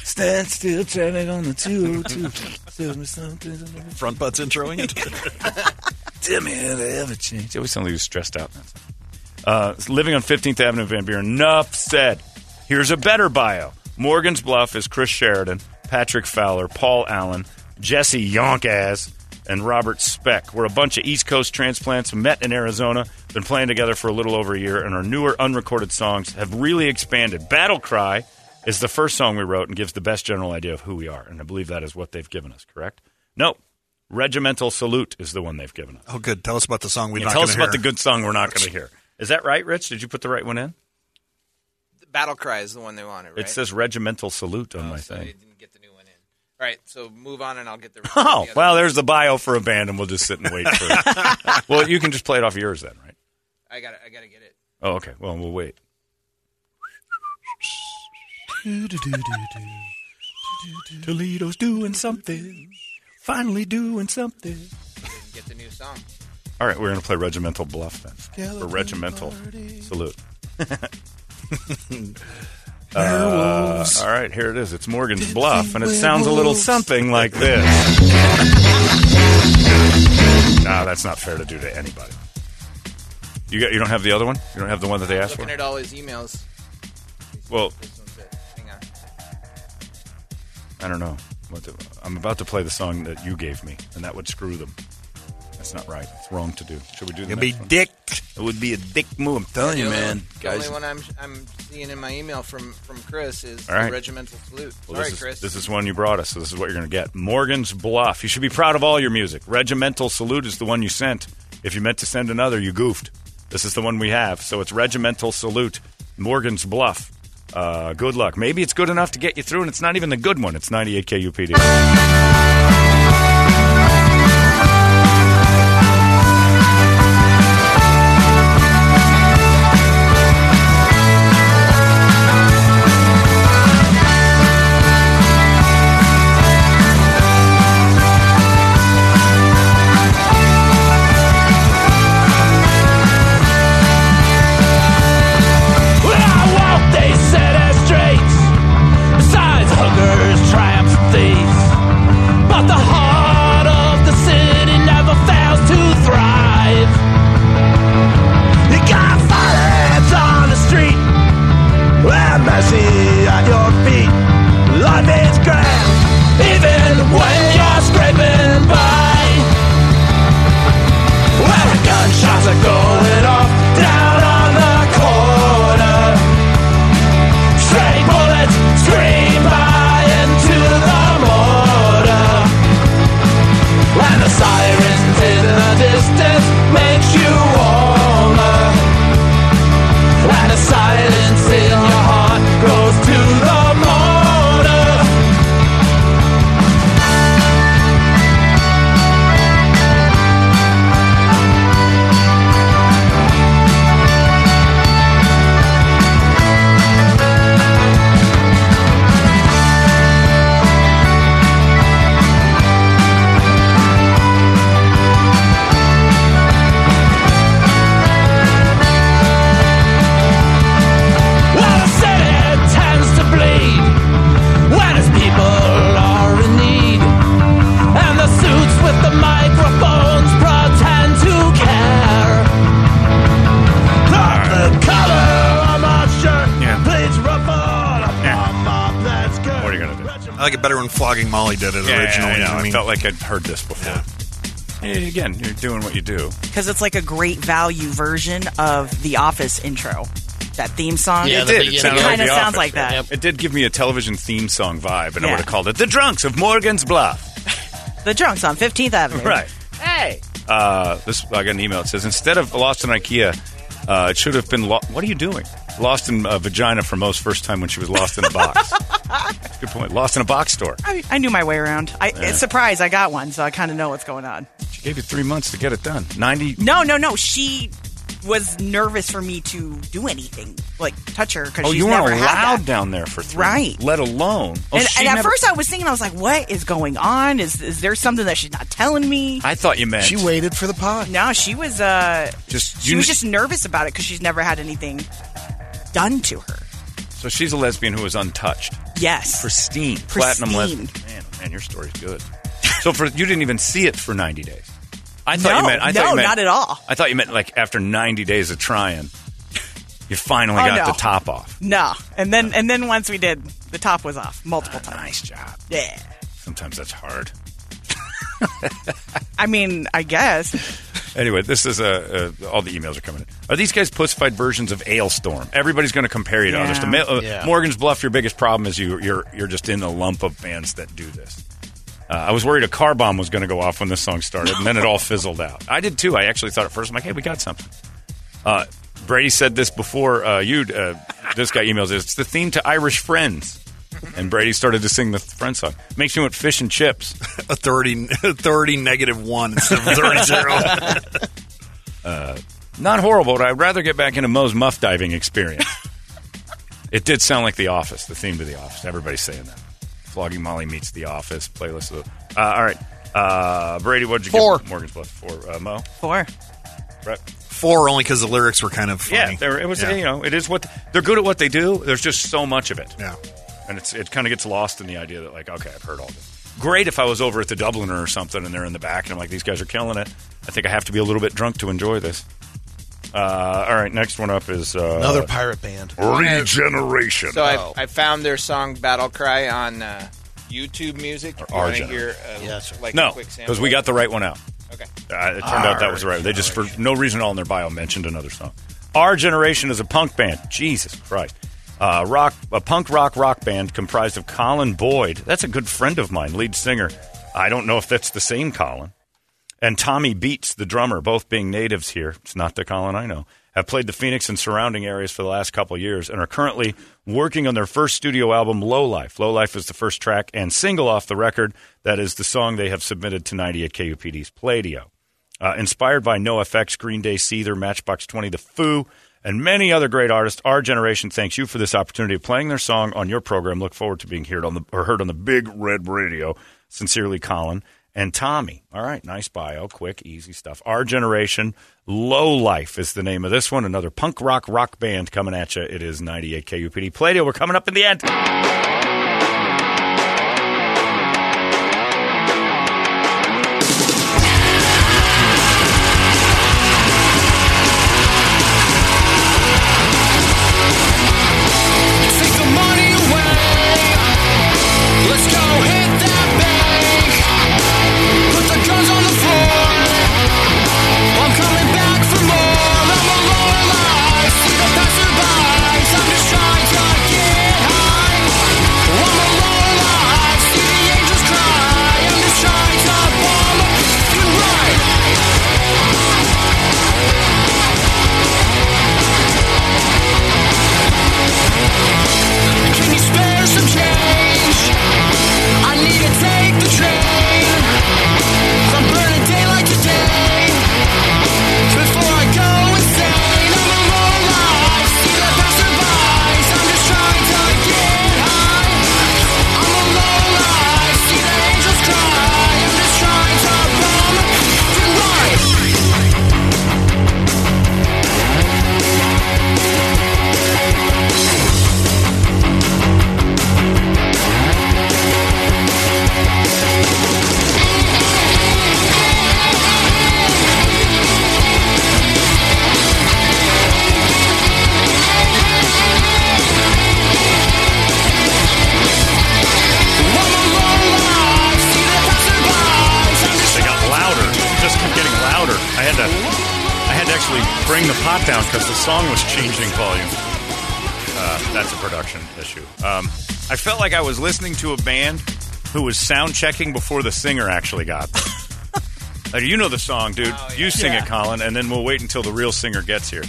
S12: Stand still, traffic on the 202. Tell me something.
S13: Front butts introing it.
S12: Tell me how they ever change.
S1: It's always somebody who's stressed out. Uh, living on 15th Avenue, Van Buren. Enough said. Here's a better bio. Morgan's Bluff is Chris Sheridan, Patrick Fowler, Paul Allen, Jesse Yonkass, and Robert Speck. We're a bunch of East Coast transplants met in Arizona, been playing together for a little over a year, and our newer unrecorded songs have really expanded. Battle Cry is the first song we wrote and gives the best general idea of who we are, and I believe that is what they've given us, correct? No. Regimental Salute is the one they've given us.
S13: Oh, good. Tell us about the song we
S1: Yeah,
S13: not
S1: tell
S13: gonna
S1: us about
S13: hear.
S1: the good song we're not going to hear. Is that right, Rich? Did you put the right one in?
S2: Battle Cry is the one they wanted, right? Oh,
S1: It says Regimental Salute on my
S2: so you
S1: thing.
S2: didn't get the new one in. All right, so move on and I'll get the
S1: Oh, well, there's the bio for a band, and we'll just sit and wait for it. well, you can just play it off yours then, right?
S2: I got I got to get it.
S1: Oh, okay. Well, we'll wait.
S12: Toledo's doing something. Finally doing something.
S2: Get the new song.
S1: All right, we're going to play Regimental Bluff then.
S12: Skeleton
S1: or Regimental Salute. Uh,
S12: Werewolves.
S1: all right, here it is. It's Morgan's Bluff, and it sounds a little something like this. Nah, that's not fair to do to anybody. You got, you don't have the other one. You don't have the one that they asked for.
S2: Looking at all his emails.
S1: Well,
S2: This one's it. Hang on.
S1: I don't know. What the, I'm about to play the song that you gave me, and that would screw them. That's not right. It's wrong to do. Should we do the
S13: It'd
S1: next
S13: be
S1: one?
S13: dick.
S1: It would be a dick move. I'm telling
S2: The
S1: you,
S2: only-
S1: man.
S2: The
S1: Guys,
S2: only one I'm I'm seeing in my email from from Chris is
S1: All right.
S2: the regimental salute.
S1: Well,
S2: Sorry,
S1: this, is,
S2: Chris.
S1: this is one you brought us, so this is what you're going to get. Morgan's Bluff. You should be proud of all your music. Regimental Salute is the one you sent. If you meant to send another, you goofed. This is the one we have, so it's Regimental Salute, Morgan's Bluff. Uh, good luck. Maybe it's good enough to get you through, and it's not even the good one. It's 98 KUPD.
S11: I walk these city streets, besides hookers, tramps, and thieves. But the heart of the city never fails to thrive. You got violence on the street, and mercy on your feet. Life is grand, even when you're scraping by. Where the gunshots are going off down on the corner. Stray bullets scream by into the mortar. And the sirens in the distance makes you warmer. And the silence in your heart goes to the mortar. Well, the city tends to bleed when its people are in need, and the suits with the microphones pretend to care. Not the color on my shirt bleeds rubber on my blood's skirt.
S1: What are you gonna do?
S13: I like it better when Flogging Molly did it
S1: Yeah, yeah,
S13: originally.
S1: I know. I
S13: mean-
S1: felt like I'd heard this before. Yeah, Again, you're doing what you do.
S4: Because it's like a great value version of the Office intro. That theme song.
S1: it did. It,
S4: It,
S1: sounded like
S4: kind of
S1: The
S4: sounds
S1: Office.
S4: like that.
S1: It did give me a television theme song vibe, and I
S4: Yeah.
S1: would have called it "The Drunks of Morgan's Bluff."
S4: The Drunks on 15th Avenue.
S1: Right.
S4: Hey.
S1: Uh, this I got an email. It says instead of Lost in IKEA, uh, it should have been lo- What are you doing? Lost in uh, vagina for most first time when she was lost in a box. Good point. Lost in a box store.
S4: I, I knew my way around. I
S1: Yeah.
S4: surprise, I got one, so I kind of know what's going on.
S1: She gave you three months to get it done. Ninety.
S4: No, no, no. She was nervous for me to do anything, like touch her, because
S1: Oh,
S4: she's
S1: you
S4: never
S1: weren't
S4: had that.
S1: allowed down there for three.
S4: Right.
S1: Let alone. Oh,
S4: and
S1: she
S4: and at
S1: never-
S4: first, I was thinking, I was like, "What is going on? Is is there something that she's not telling me?"
S1: I thought you meant.
S4: waited for the pod. No, she was. Uh,
S1: Just-
S4: she
S1: you
S4: was
S1: kn-
S4: just nervous about it because she's never had anything done to her.
S1: So she's a lesbian who is untouched.
S4: Yes.
S1: Pristine. Platinum
S4: Pristine.
S1: lesbian. Man, oh, man, your story's good. so for you didn't even see it for 90 days. I thought you
S4: No,
S1: meant. I
S4: no,
S1: thought you meant,
S4: not at all.
S1: I thought you meant like after 90 days of trying, you finally
S4: Oh,
S1: got
S4: no.
S1: the top off.
S4: No, and then and then once we did, the top was off multiple times.
S1: Ah, Nice job.
S4: Yeah.
S1: Sometimes that's hard.
S4: I mean, I guess.
S1: Anyway, this is uh, uh, all the emails are coming in. Are these guys pussified versions of Ailstorm? Everybody's going to compare you to
S4: Yeah.
S1: others. To ma- uh,
S4: Yeah.
S1: Morgan's Bluff, your biggest problem is you, you're you're just in a lump of bands that do this. Uh, I was worried a car bomb was going to go off when this song started, and then it all fizzled out. I did too. I actually thought at first, I'm like, hey, we got something. Uh, Brady said this before uh, you. Uh, this guy emails this. It's the theme to Irish Friends, and Brady started to sing the Friends song. Makes me want fish and chips.
S13: authority, authority negative one instead of authority zero.
S1: Uh, not horrible, but I'd rather get back into Moe's muff diving experience. it did sound like The Office, the theme to The Office. Everybody's saying that. Flogging Molly meets The Office playlist. Of the, uh, all right, uh, Brady, what'd you
S13: Four.
S1: give Morgan's Bluff? Four, uh, Mo.
S4: Four.
S1: Brett.
S13: Four only because the lyrics were kind of funny.
S1: Yeah, they were, it was.
S13: Yeah.
S1: You know, it is what they're good at. What they do. There's just so much of it.
S13: Yeah,
S1: and it's it kind of gets lost in the idea that like, okay, I've heard all this. Great if I was over at the Dubliner or something, and they're in the back, and I'm like, these guys are killing it. I think I have to be a little bit drunk to enjoy this. Uh, all right, next one up is uh,
S15: Another pirate band.
S1: Regeneration.
S2: So I, I found their song "Battle Cry" on uh, YouTube Music. You
S1: our
S2: wanna
S1: genre.
S2: hear uh, like a
S1: no,
S2: quick sample?
S1: because we got the right one out.
S2: Okay.
S1: Uh, it turned out that was the right. They just for no reason at all in their bio mentioned another song. Our generation is a punk band. Jesus Christ. Uh, rock, a punk rock rock band comprised of Colin Boyd. That's a good friend of mine, lead singer. I don't know if that's the same Colin. and Tommy Beats, the drummer, both being natives here, it's not the Colin I know, have played the Phoenix and surrounding areas for the last couple years and are currently working on their first studio album, Low Life. Low Life is the first track and single off the record. That is the song they have submitted to 98 KUPD's Playdio. Uh, inspired by NoFX, Green Day, Seether, Matchbox 20, The Foo, and many other great artists, our generation thanks you for this opportunity of playing their song on your program. Look forward to being heard on the or heard on the Big Red Radio. Sincerely, Colin and Tommy. All right, nice bio, quick, easy stuff. Our generation, Low Life is the name of this one. Another punk rock rock band coming at you. It is 98 KUPD Playdio. We're coming up in the end.
S16: Take the money away. Let's go hit that bank. Put the guns on the floor. I'm coming back for more. I'm a lower life. We don't pass it by. I'm just trying to get high. I'm a lower life. See the angels cry. I'm just trying to bomb a fucking right. Can you spare some change? I need to take the train from burning daylight today. Before I go insane, I'm a low life. See the passerby, I'm just trying to get high. I'm a low life. See the angels cry. I'm just trying to run to life.
S1: They got louder. It just kept getting louder. I had to, I had to actually bring the pot down because the song was changing volume. Uh, that's a production issue. Um, I felt like I was listening to a band who was sound checking before the singer actually got. there. like you know the song, dude.
S4: Oh,
S1: You sing
S8: Yeah.
S1: it, Colin, and then we'll wait until the real singer gets here.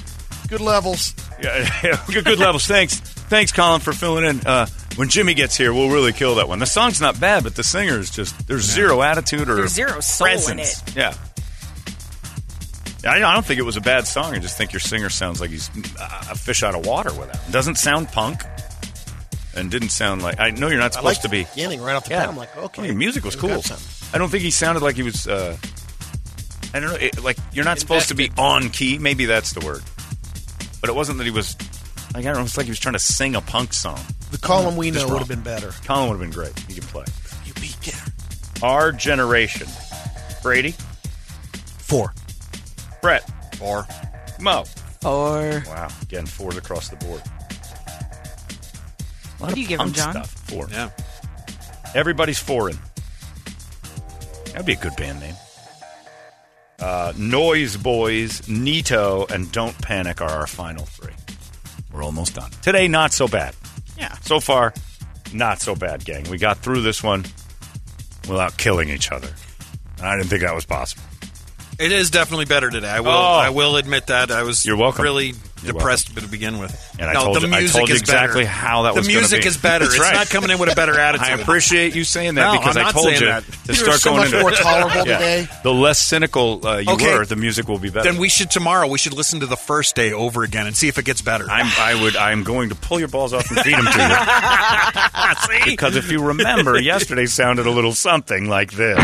S8: Good levels.
S1: Yeah, yeah, good, good levels. Thanks, thanks, Colin, for filling in. Uh, when Jimmy gets here, we'll really kill that one. The song's not bad, but the singer is just there's zero attitude or
S4: There's zero soul in
S1: presence. Yeah. I I don't think it was a bad song. I just think your singer sounds like he's uh, a fish out of water with that. Doesn't sound punk, and didn't sound like. I know you're not
S8: I
S1: supposed
S8: liked
S1: to be.
S8: the beginning right off the bat. I'm like, okay,
S1: Oh, your music was
S8: we've got
S1: cool.
S8: something.
S1: I don't think he sounded like he was. Uh, I don't know. It, like you're not supposed to be on key. Maybe that's the word. But it wasn't that he was. Like I don't know. It's like he was trying to sing a punk song. Uh,
S8: The column we
S1: Just
S8: know
S1: wrong.
S8: would have been better.
S1: Colin would have been great. He could play. You beat Our generation. Brady.
S8: Four.
S1: Brett. Four. Mo. Four. Wow. Again, fours across the board. A lot
S4: What
S1: of
S4: do you give him,
S1: punk
S4: John?
S1: Stuff. Four. Yeah. Everybody's foreign. That'd be a good band name. Uh, Noise Boys, Nito, and Don't Panic are our final three. We're almost done. Today, not so bad.
S4: Yeah.
S1: So far, not so bad, gang. We got through this one without killing each other. And I didn't think that was possible.
S13: It is definitely better today. I will.
S1: Oh.
S13: I will admit that. I was.
S1: You're welcome.
S13: Really
S1: You're
S13: depressed to begin with.
S1: And I
S13: no,
S1: told
S13: the
S1: you- I
S13: music
S1: told you
S13: is better.
S1: exactly how that
S13: the
S1: was gonna
S13: music
S1: be.
S13: is better.
S1: That's
S13: it's
S1: right.
S13: not coming in with a better attitude.
S1: I appreciate you saying that
S13: No,
S1: because
S13: I'm
S1: I
S13: not
S1: told
S13: saying
S1: you
S13: that.
S1: to
S13: You
S1: start
S13: were so
S1: going
S13: much
S1: into
S13: more tolerable
S1: Yeah.
S13: today.
S1: The less cynical uh, you
S13: Okay.
S1: were, the music will be better.
S13: Then we should tomorrow. We should listen to the first day over again and see if it gets better.
S1: I'm, I would. I'm going to pull your balls off and feed them to you. because if you remember, yesterday sounded a little something like this.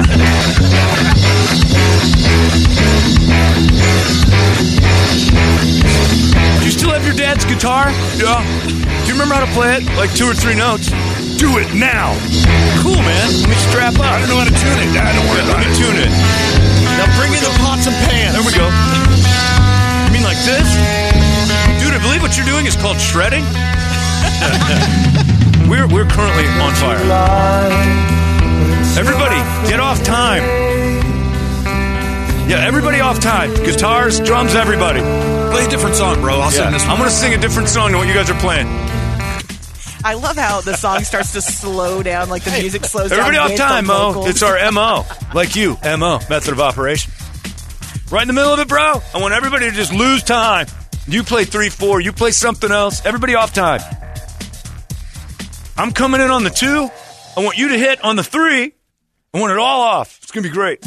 S1: Do you still have your dad's guitar? Yeah. Do you remember how to play it? Like two or three notes. Do it now. Cool, man. Let me strap up. I don't know how to tune it. I don't worry about it. Let me tune it. Now bring me the pots and pans. There we go. You mean like this? Dude, I believe what you're doing is called shredding. we're, we're currently on fire. Everybody, get off time. Yeah, everybody off time. Guitars, drums, everybody. Play a different song, bro.
S13: I'll sing this one.
S1: I'm going to sing a different song than what you guys are playing.
S4: I love how the song starts to slow down, like the music slows
S1: Everybody
S4: down.
S1: off
S4: based on
S1: time, Mo.
S4: vocals.
S1: It's our MO. Like you, MO, method of operation. Right in the middle of it, bro. I want everybody to just lose time. You play 3 4, you play something else. Everybody off time. I'm coming in on the two. I want you to hit on the three. I want it all off. It's going to be great.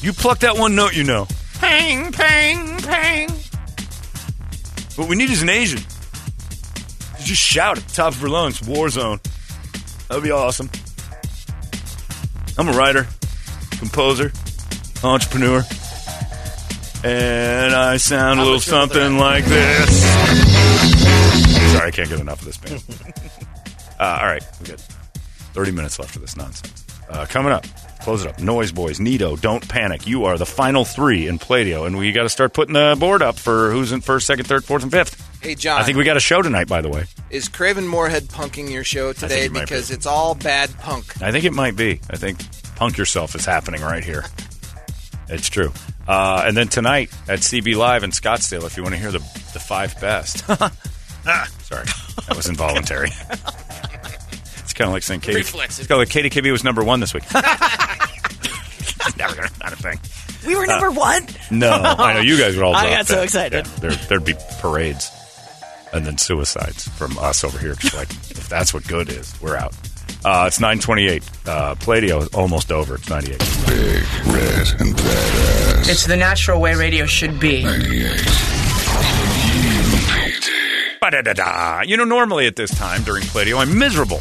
S1: You pluck that one note, you know. Ping, ping, ping. What we need is an Asian. You Just shout at the top of her lungs, war zone. That would be awesome. I'm a writer, composer, entrepreneur, and I sound a little something like this. Sorry, I can't get enough of this band. Uh, all right, we got 30 minutes left of this nonsense. Uh, coming up, close it up. Noise Boys, Nito, Don't Panic. You are the final three in Pladio, and we got to start putting the board up for who's in first, second, third, fourth, and fifth.
S2: Hey, John.
S1: I think we got a show tonight, by the way.
S2: Is Craven Moorhead punking your show today
S1: it might
S2: because it's all bad punk?
S1: I think it might be. I think Punk Yourself is happening right here. it's true. Uh, and then tonight at CB Live in Scottsdale, if you want to hear the, the five best. Ah, Sorry, that was involuntary. it's kind of like saying Katie.
S16: Reflexive.
S1: It's kind of like Katie Kibbe was number one this week. Never gonna not a thing.
S4: We were
S1: Uh,
S4: number one.
S1: No, I know you guys would all.
S4: I
S1: drop
S4: got so
S1: that.
S4: excited.
S1: Yeah, there, there'd be parades, and then suicides from us over here. Just like if that's what good is, we're out. Uh, it's nine twenty-eight. Uh, Pladio is almost over. It's ninety-eight. Big red and
S9: It's the natural way radio should be.
S1: Ba-da-da-da. You know, normally at this time during Pladio, I'm miserable.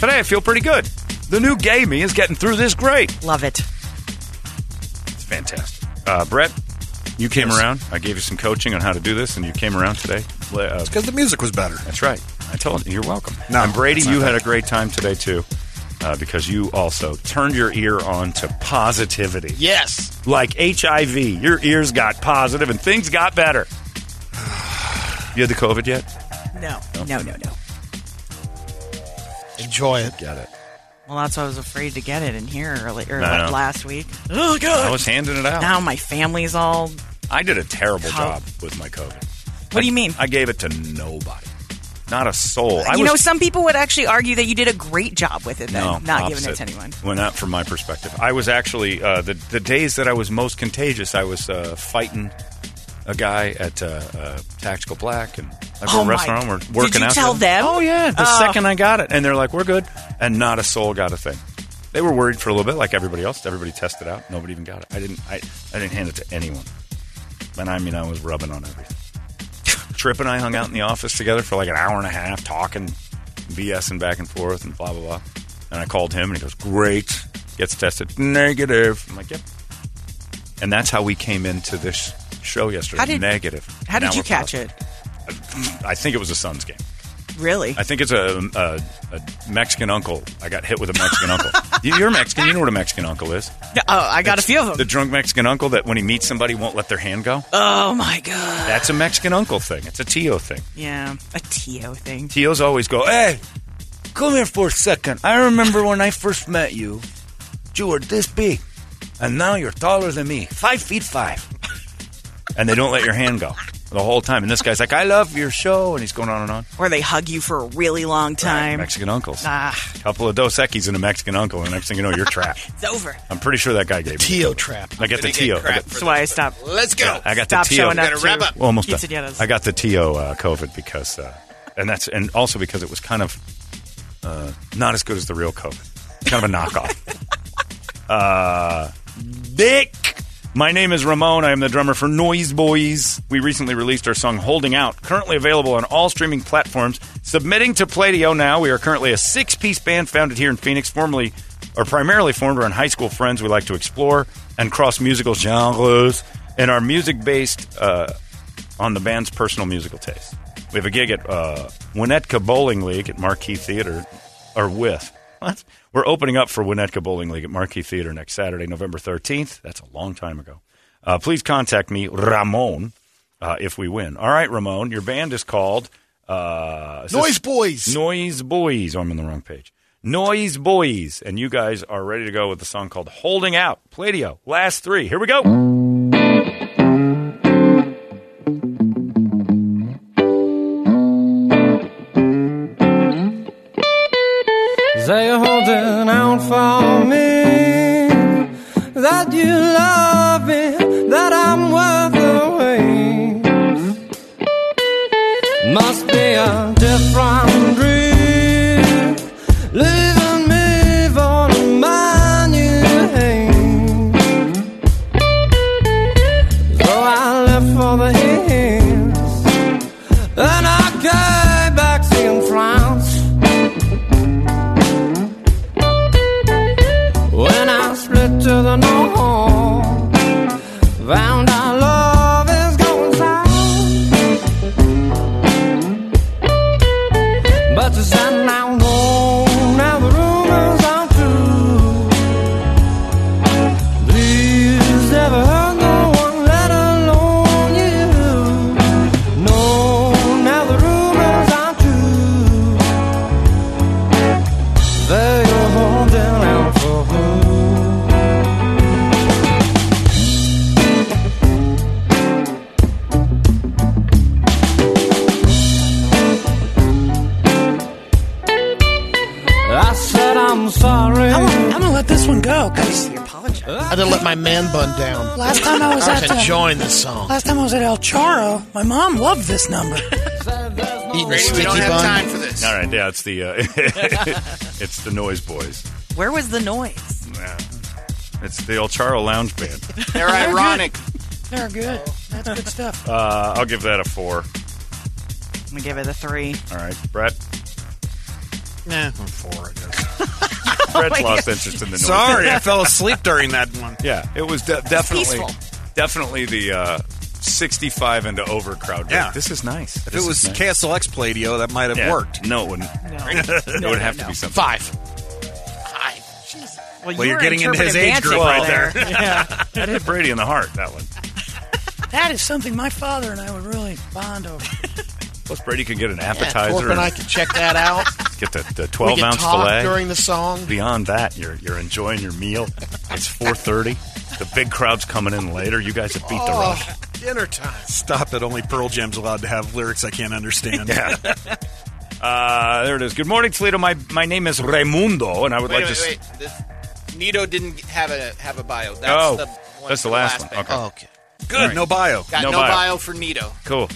S1: Today, I feel pretty good. The new gay me is getting through this great.
S4: Love it.
S1: It's fantastic. Uh, Brett, you came around. I gave you some coaching on how to do this, and you came around today. uh, it's because
S13: the music was better.
S1: That's right. I told you. You're welcome. No, and Brady,
S13: that's not
S1: you
S13: bad.
S1: had a great time today, too, uh, because you also turned your ear on to positivity.
S8: Yes.
S1: Like HIV, your ears got positive and things got better. You had the COVID yet?
S4: No, no, no, no.
S8: Enjoy it.
S1: Get it.
S4: Well, that's why I was afraid to get it in here early, or
S1: No,
S4: like
S1: no.
S4: last week. Oh God!
S1: I was handing it out.
S4: Now my family's all.
S1: I did a terrible
S4: How-
S1: job with my COVID.
S4: What do you mean? Uh,
S1: I gave it to nobody, not a soul. I
S4: you
S1: was
S4: know, some people would actually argue that you did a great job with it, then
S1: no,
S4: not
S1: opposite.
S4: giving it to anyone.
S1: Well, not from my perspective. I was actually uh, the the days that I was most contagious. I was uh, fighting a guy at uh, uh, Tactical Black and like
S4: Oh,
S1: a
S4: my-
S1: restaurant. We're
S4: Did
S1: working
S4: you
S1: out
S4: tell
S1: together.
S4: them?
S1: Oh yeah, the
S4: Oh.
S1: second I got it, and they're like, "We're good," and not a soul got a thing. They were worried for a little bit, like everybody else. Everybody tested out. Nobody even got it. I didn't. I, I didn't hand it to anyone. And I mean, I was rubbing on everything. Trip and I hung out in the office together for like an hour and a half, talking, BSing back and forth, and blah blah blah. And I called him, and he goes, "Great." Gets tested negative. I'm like, "Yep." And that's how we came into this show yesterday.
S4: How did-
S1: negative.
S4: How
S1: Now
S4: did you
S1: we're
S4: catch
S1: positive.
S4: it?
S1: I think it was a Suns game.
S4: Really?
S1: I think it's a, a, a Mexican uncle. I got hit with a Mexican uncle. You- You're Mexican. You know what a Mexican uncle is.
S4: Oh, I got a few of them.
S1: The drunk Mexican uncle that when he meets somebody won't let their hand go.
S4: oh my God!
S1: That's a Mexican uncle thing. It's a Tio thing.
S4: Yeah, a Tio thing.
S1: Tios always go, hey, come here for a second. I remember when I first met you, you were this big, and now you're taller than me, five feet five. and they don't let your hand go the whole time. And this guy's like, I love your show, and he's going on and on.
S4: Or they hug you for a really long time.
S1: Mexican uncles.
S4: Ah,
S1: couple of Dos Equis and a Mexican uncle, and next thing you know, you're trapped.
S4: it's over.
S1: I'm pretty sure that guy gave me
S8: Tio trap.
S1: I got the
S8: Gonna get
S1: Tio.
S8: crap
S1: I got,
S4: That's why I stopped.
S8: Let's go.
S1: yeah, I got
S4: Stop
S1: the Tio.
S4: showing up Gotta wrap to up.
S1: Well, almost done.
S4: quinceañeras.
S1: I got the Tio uh, COVID because, uh, and that's and also because it was kind of uh, not as good as the real COVID. Kind of a knockoff. uh, Dick. My name is Ramon. I am the drummer for Noise Boys. We recently released our song Holding Out, currently available on all streaming platforms. Submitting to Playdio now. We are currently a six piece band founded here in Phoenix, formerly or primarily formed around high school friends. We like to explore and cross musical genres and our music based uh, on the band's personal musical taste. We have a gig at uh, Winnetka Bowling League at Marquee Theater, or with. What? We're opening up for Winnetka Bowling League at Marquee Theater next Saturday, November 13th. That's a long time ago. Uh, please contact me, Ramon, uh, if we win. All right, Ramon, your band is called uh, is this-
S8: Noise Boys.
S1: Noise Boys. Oh, I'm on the wrong page. Noise Boys. And you guys are ready to go with the song called Holding Out. Pladio, last three. Here we go.
S17: They're holding out for me that you love me, that I
S8: this one go? Guys, I didn't let my man bun down.
S3: Last time I was
S8: I
S3: at
S8: was
S3: the-
S8: enjoying this song.
S3: Last time I was at El Charo, my mom loved this number.
S8: Eating a
S1: Brady,
S8: sticky
S1: we don't have
S8: bun.
S1: time for All right, yeah, it's the uh, it's the Noise Boys.
S4: Where was the noise?
S1: Yeah. It's the El Charo Lounge Band.
S2: They're ironic.
S3: They're good. That's good stuff.
S1: Uh, I'll give that a four.
S4: I'm gonna give it a three.
S1: All right, Brett.
S8: Nah, I'm four, I
S1: guess.
S3: Oh
S1: Brett's lost interest in the noise.
S13: Sorry, I fell asleep during that one.
S1: Yeah, it was de- definitely
S13: peaceful.
S1: definitely the uh, 65 into overcrowd.
S13: Yeah.
S1: this is nice.
S13: If
S1: This
S13: it was
S1: is nice.
S13: KSLX Pladio, that might have
S1: Yeah.
S13: worked.
S1: No, it wouldn't.
S4: No.
S1: it
S13: No,
S1: would have to
S13: no.
S1: be something.
S8: Five.
S4: Well,
S13: you're
S4: were
S13: getting into his
S4: interpretive
S13: age group
S4: dancing
S13: right there.
S1: yeah, that hit Brady in the heart. That one.
S3: That is something my father and I would really bond over.
S1: Plus, Brady could get an
S8: Yeah,
S1: appetizer.
S8: Thorpe and I
S1: and
S8: could check that out.
S1: get the, the
S8: we
S1: 12
S8: could
S1: ounce
S8: talk
S1: fillet
S8: during the song.
S1: Beyond that, you're you're enjoying your meal. It's 4:30. The big crowd's coming in later. You guys have beat the
S8: Oh,
S1: rush.
S8: dinner time.
S13: Stop it. Only Pearl Jam's allowed to have lyrics I can't understand.
S1: Yeah. Uh, there it is. Good morning, Toledo. My my name is Raimundo, and I would
S2: wait,
S1: like
S2: wait,
S1: to.
S2: wait. This, Nito didn't have a have a bio. That's
S1: oh,
S2: the one
S1: that's the
S2: from
S1: last,
S2: last
S1: one.
S2: pick.
S1: Okay. Good.
S2: All right.
S1: No bio.
S2: Got no, bio. for Nito.
S1: Cool.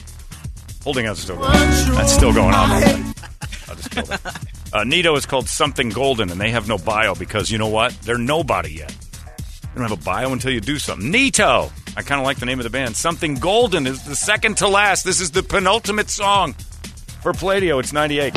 S1: Holding out's still going. That's still going on. I'll just kill that. Uh, Nito is called Something Golden, and they have no bio because you know what? They're nobody yet. They don't have a bio until you do something. Nito. I kind of like the name of the band. Something Golden is the second to last. This is the penultimate song for Pladio. It's 98.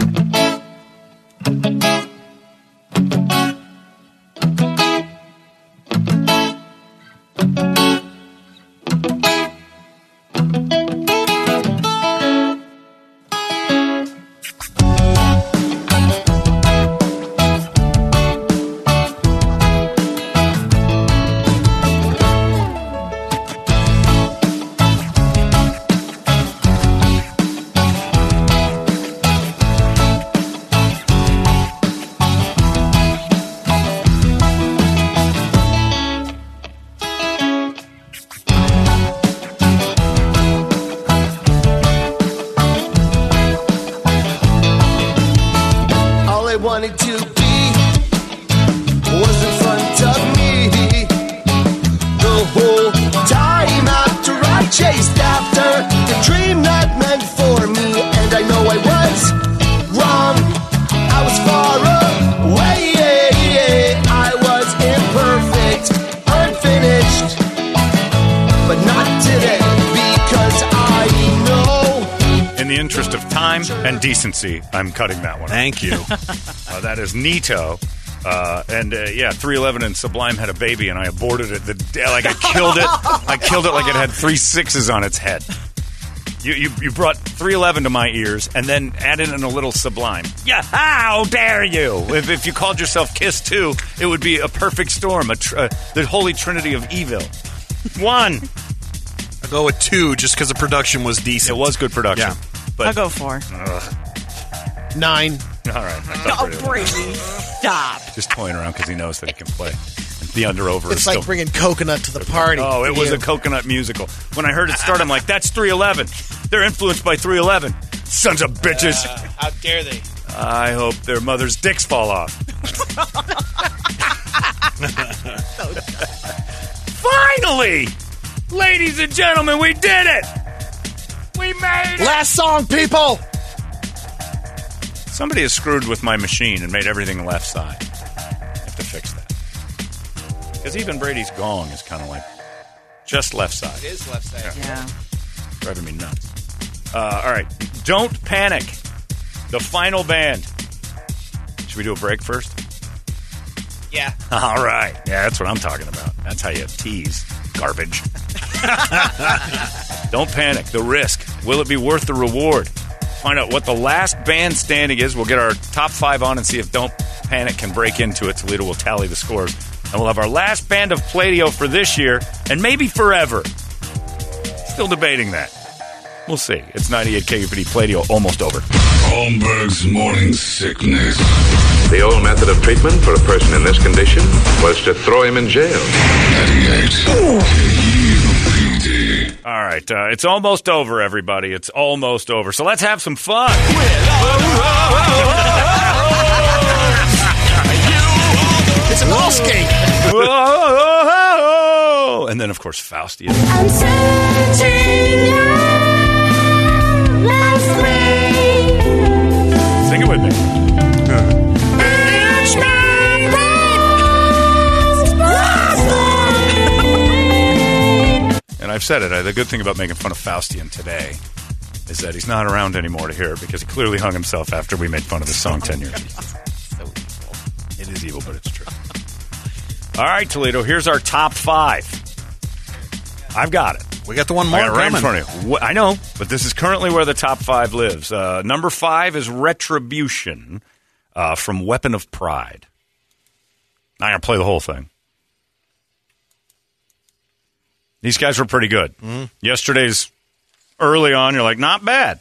S18: All I wanted to be was in front of me. The whole time after I chased after the dream not meant for me, and I know I was wrong. I was far away. I was imperfect, unfinished, but not today because I know.
S1: In the interest of time and decency, I'm cutting that one. Thank you. uh, that is Nito. Uh, and uh, yeah, 311 and Sublime had a baby, and I aborted it. The day, like I killed it. I killed it like it had three sixes on its head. You, you, you brought 311 to my ears and then added in a little Sublime. Yeah, how dare you? If, if you called yourself Kiss 2, it would be a perfect storm, a tr- uh, the holy trinity of evil. One.
S13: I'll go with two just because the production was decent. It
S1: was good production. But,
S4: I'll go four.
S8: Nine.
S1: All right. I thought
S4: Oh,
S1: Brady would-
S4: Brady, stop.
S1: just toying around because he knows that he can play. The under over
S8: It's
S1: is
S8: like
S1: still.
S8: bringing coconut to the party.
S1: Oh, it was
S8: You.
S1: a coconut musical. When I heard it start, I'm like, "That's 311. They're influenced by 311. Sons of bitches.
S2: Uh, how dare they?
S1: I hope their mother's dicks fall off." Finally, ladies and gentlemen, we did it. We made it.
S8: Last song, people.
S1: Somebody has screwed with my machine and made everything left side. I have to fix that. Because even Brady's gong is kind of like just left side.
S2: It is left side.
S4: Yeah.
S1: Driving me nuts. Uh, all right. Don't panic. The final band. Should we do a break first?
S2: Yeah.
S1: All right. Yeah, that's what I'm talking about. That's how you tease garbage. Don't panic. The risk. Will it be worth the reward? Find out what the last band standing is. We'll get our top five on and see if Don't Panic can break into it. Toledo will tally the scores. And we'll have our last band of Pladio for this year and maybe forever. Still debating that. We'll see. It's 98 KUPD Pladio almost over.
S19: Holmberg's morning sickness.
S14: The old method of treatment for a person in this condition was to throw him in jail.
S1: All right, uh, it's almost over, everybody. It's almost over. So let's have some fun.
S16: It's
S8: It's an all skate.
S1: Whoa. And then, of course, Faustian.
S16: I'm searching love's
S1: Sing it with me. And I've said it. I, the good thing about making fun of Faustian today is that he's not around anymore to hear it because he clearly hung himself after we made fun of this song 10 years ago. It is evil, but it's true. All right, Toledo, here's our top five. I've got it.
S13: We got the one
S1: I
S13: more
S1: got it right in
S13: coming.
S1: front of you. Wh- I know, but this is currently where the top five lives. Uh, number five is Retribution uh, from Weapon of Pride. Not going to play the whole thing. These guys were pretty good.
S13: Mm-hmm.
S1: Yesterday's early on, you're like, not bad.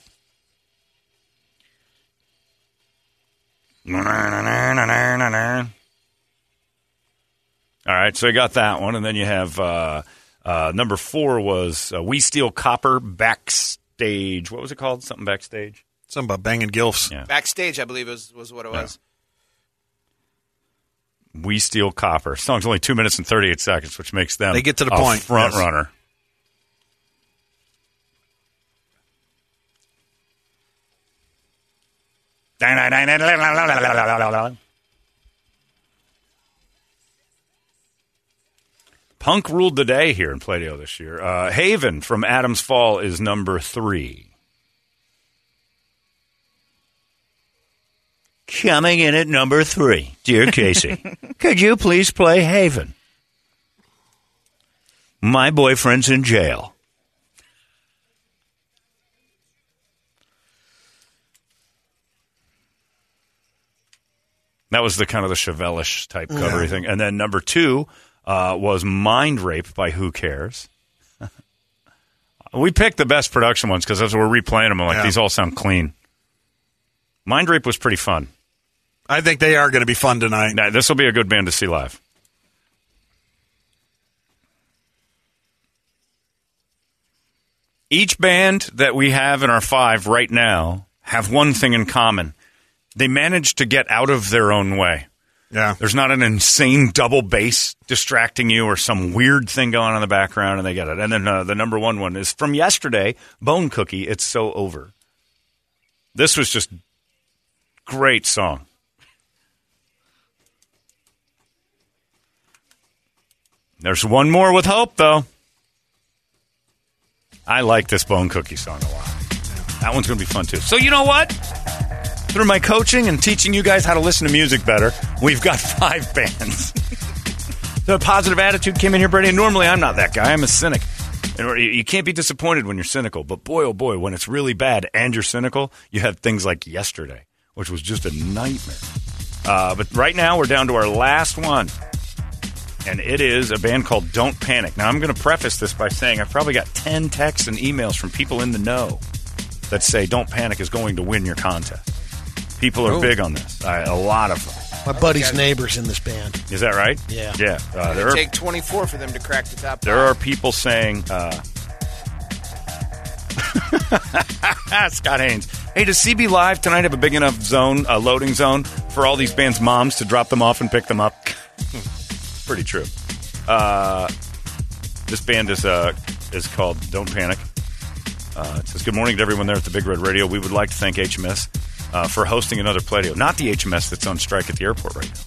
S1: All right, so you got that one, and then you have uh, uh, number four was uh, We Steal Copper backstage. What was it called? Something backstage.
S13: Something about banging gilfs.
S1: Yeah.
S2: Backstage, I believe, was, was what it was.
S1: We Steal Copper. Song's only two minutes and thirty eight seconds, which makes them
S13: They get to the
S1: a
S13: point,
S1: front
S13: yes.
S1: runner. Punk ruled the day here in Plato this year. Uh, Haven from Adams Fall is number three. Coming in at number three, dear Casey, could you please play Haven? My boyfriend's in jail. That was the kind of the Chevelle-ish type cover thing. And then number two uh, was Mind Rape by Who Cares. we picked the best production ones because as we're replaying them, I'm like,
S13: Yeah.
S1: these all sound clean. Mind Rape was pretty fun.
S13: I think they are going to be fun tonight.
S1: Now, this will be a good band to see live. Each band that we have in our five right now have one thing in common. They managed to get out of their own way.
S13: Yeah.
S1: There's not an insane double bass distracting you or some weird thing going on in the background, and they get it. And then uh, the number one one is from yesterday Bone Cookie, It's So Over. This was just great song. There's one more with hope, though. I like this Bone Cookie song a lot. That one's going to be fun, too. So, you know what? Through my coaching and teaching you guys how to listen to music better, we've got five bands. the positive attitude came in here, Brady. and Normally, I'm not that guy. I'm a cynic. And you- you can't be disappointed when you're cynical. But boy, oh boy, when it's really bad and you're cynical, you have things like yesterday, which was just a nightmare. Uh, but right now, we're down to our last one and it is a band called Don't Panic. Now, I'm going to preface this by saying I've probably got 10 texts and emails from people in the know that say Don't Panic is going to win your contest. People are
S8: Oh.
S1: big on this. I, a lot of them.
S8: My buddy's neighbors in this band.
S1: Is that right?
S8: Yeah.
S1: Yeah. Uh, there,
S2: It'd
S1: are,
S2: take 24 for them to crack the top.
S1: there are people saying, uh, Scott Haynes, hey, does CB Live tonight have a big enough zone, a loading zone, for all these bands' moms to drop them off and pick them up? Pretty true. Uh, this band is uh, is called Don't Panic. Uh, it says, Good morning to everyone there at the Big Red Radio. We would like to thank HMS uh, for hosting another Playdio, not the HMS that's on strike at the airport right now.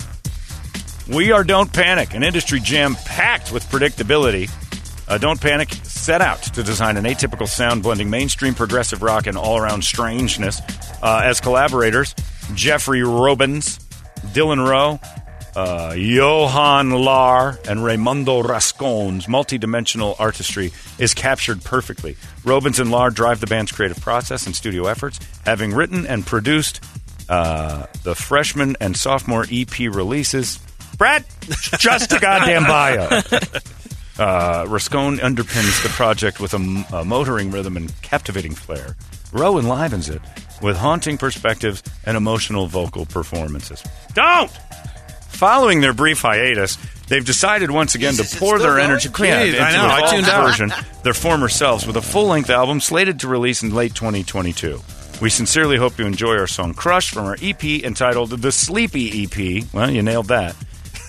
S1: We are Don't Panic, an industry jam packed with predictability. Uh, Don't Panic set out to design an atypical sound blending mainstream progressive rock and all around strangeness. Uh, as collaborators, Jeffrey Robins, Dylan Rowe, uh, Johann Lahr and Raimundo Rascon's multidimensional artistry is captured perfectly. Robins and Lahr drive the band's creative process and studio efforts, having written and produced uh, the freshman and sophomore EP releases. Brad, just a goddamn bio. Uh, Rascone underpins the project with a, m- a motoring rhythm and captivating flair. Rowe enlivens it with haunting perspectives and emotional vocal performances. Don't! Following their brief hiatus, they've decided once again to pour their energy yeah,
S13: Jeez,
S1: into
S13: I know,
S1: an
S13: I
S1: evolved
S13: tuned out.
S1: version, their former selves, with a full-length album slated to release in late 2022. We sincerely E hope you enjoy our song "Crush" from our EP entitled "The Sleepy EP." Well, you nailed that.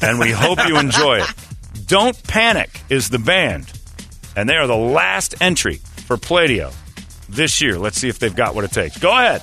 S1: and we hope you enjoy it. Don't Panic is the band, and they are the last entry for Pladio this year. Let's see if they've got what it takes. Go ahead.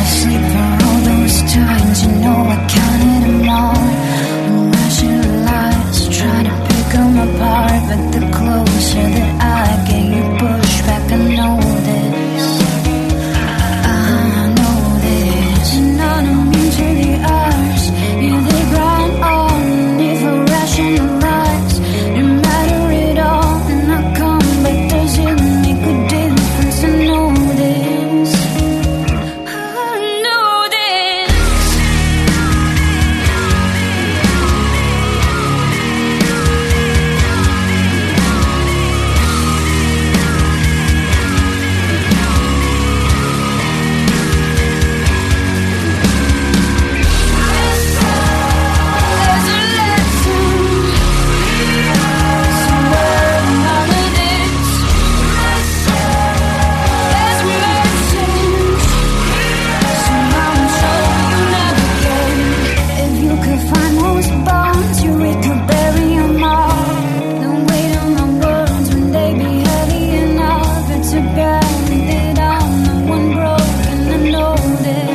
S11: I sleep on all those times, you know I counted them all. And rationalize, try to pick them apart, but the closer that I get, you push back. I know this. I know this. None of means really ours. Yeah, they grind on, if I rationalize, no matter it all, and I come back, does it make a difference? I know this. Know this. There's a lesson. Somewhere in all of this. There's mercy. Somehow I'm sure you never gave. If you could find those bones, you we could bury 'em all. Don't wait on my words when they be heavy enough. It's a ground that I'm the one broken. I know this.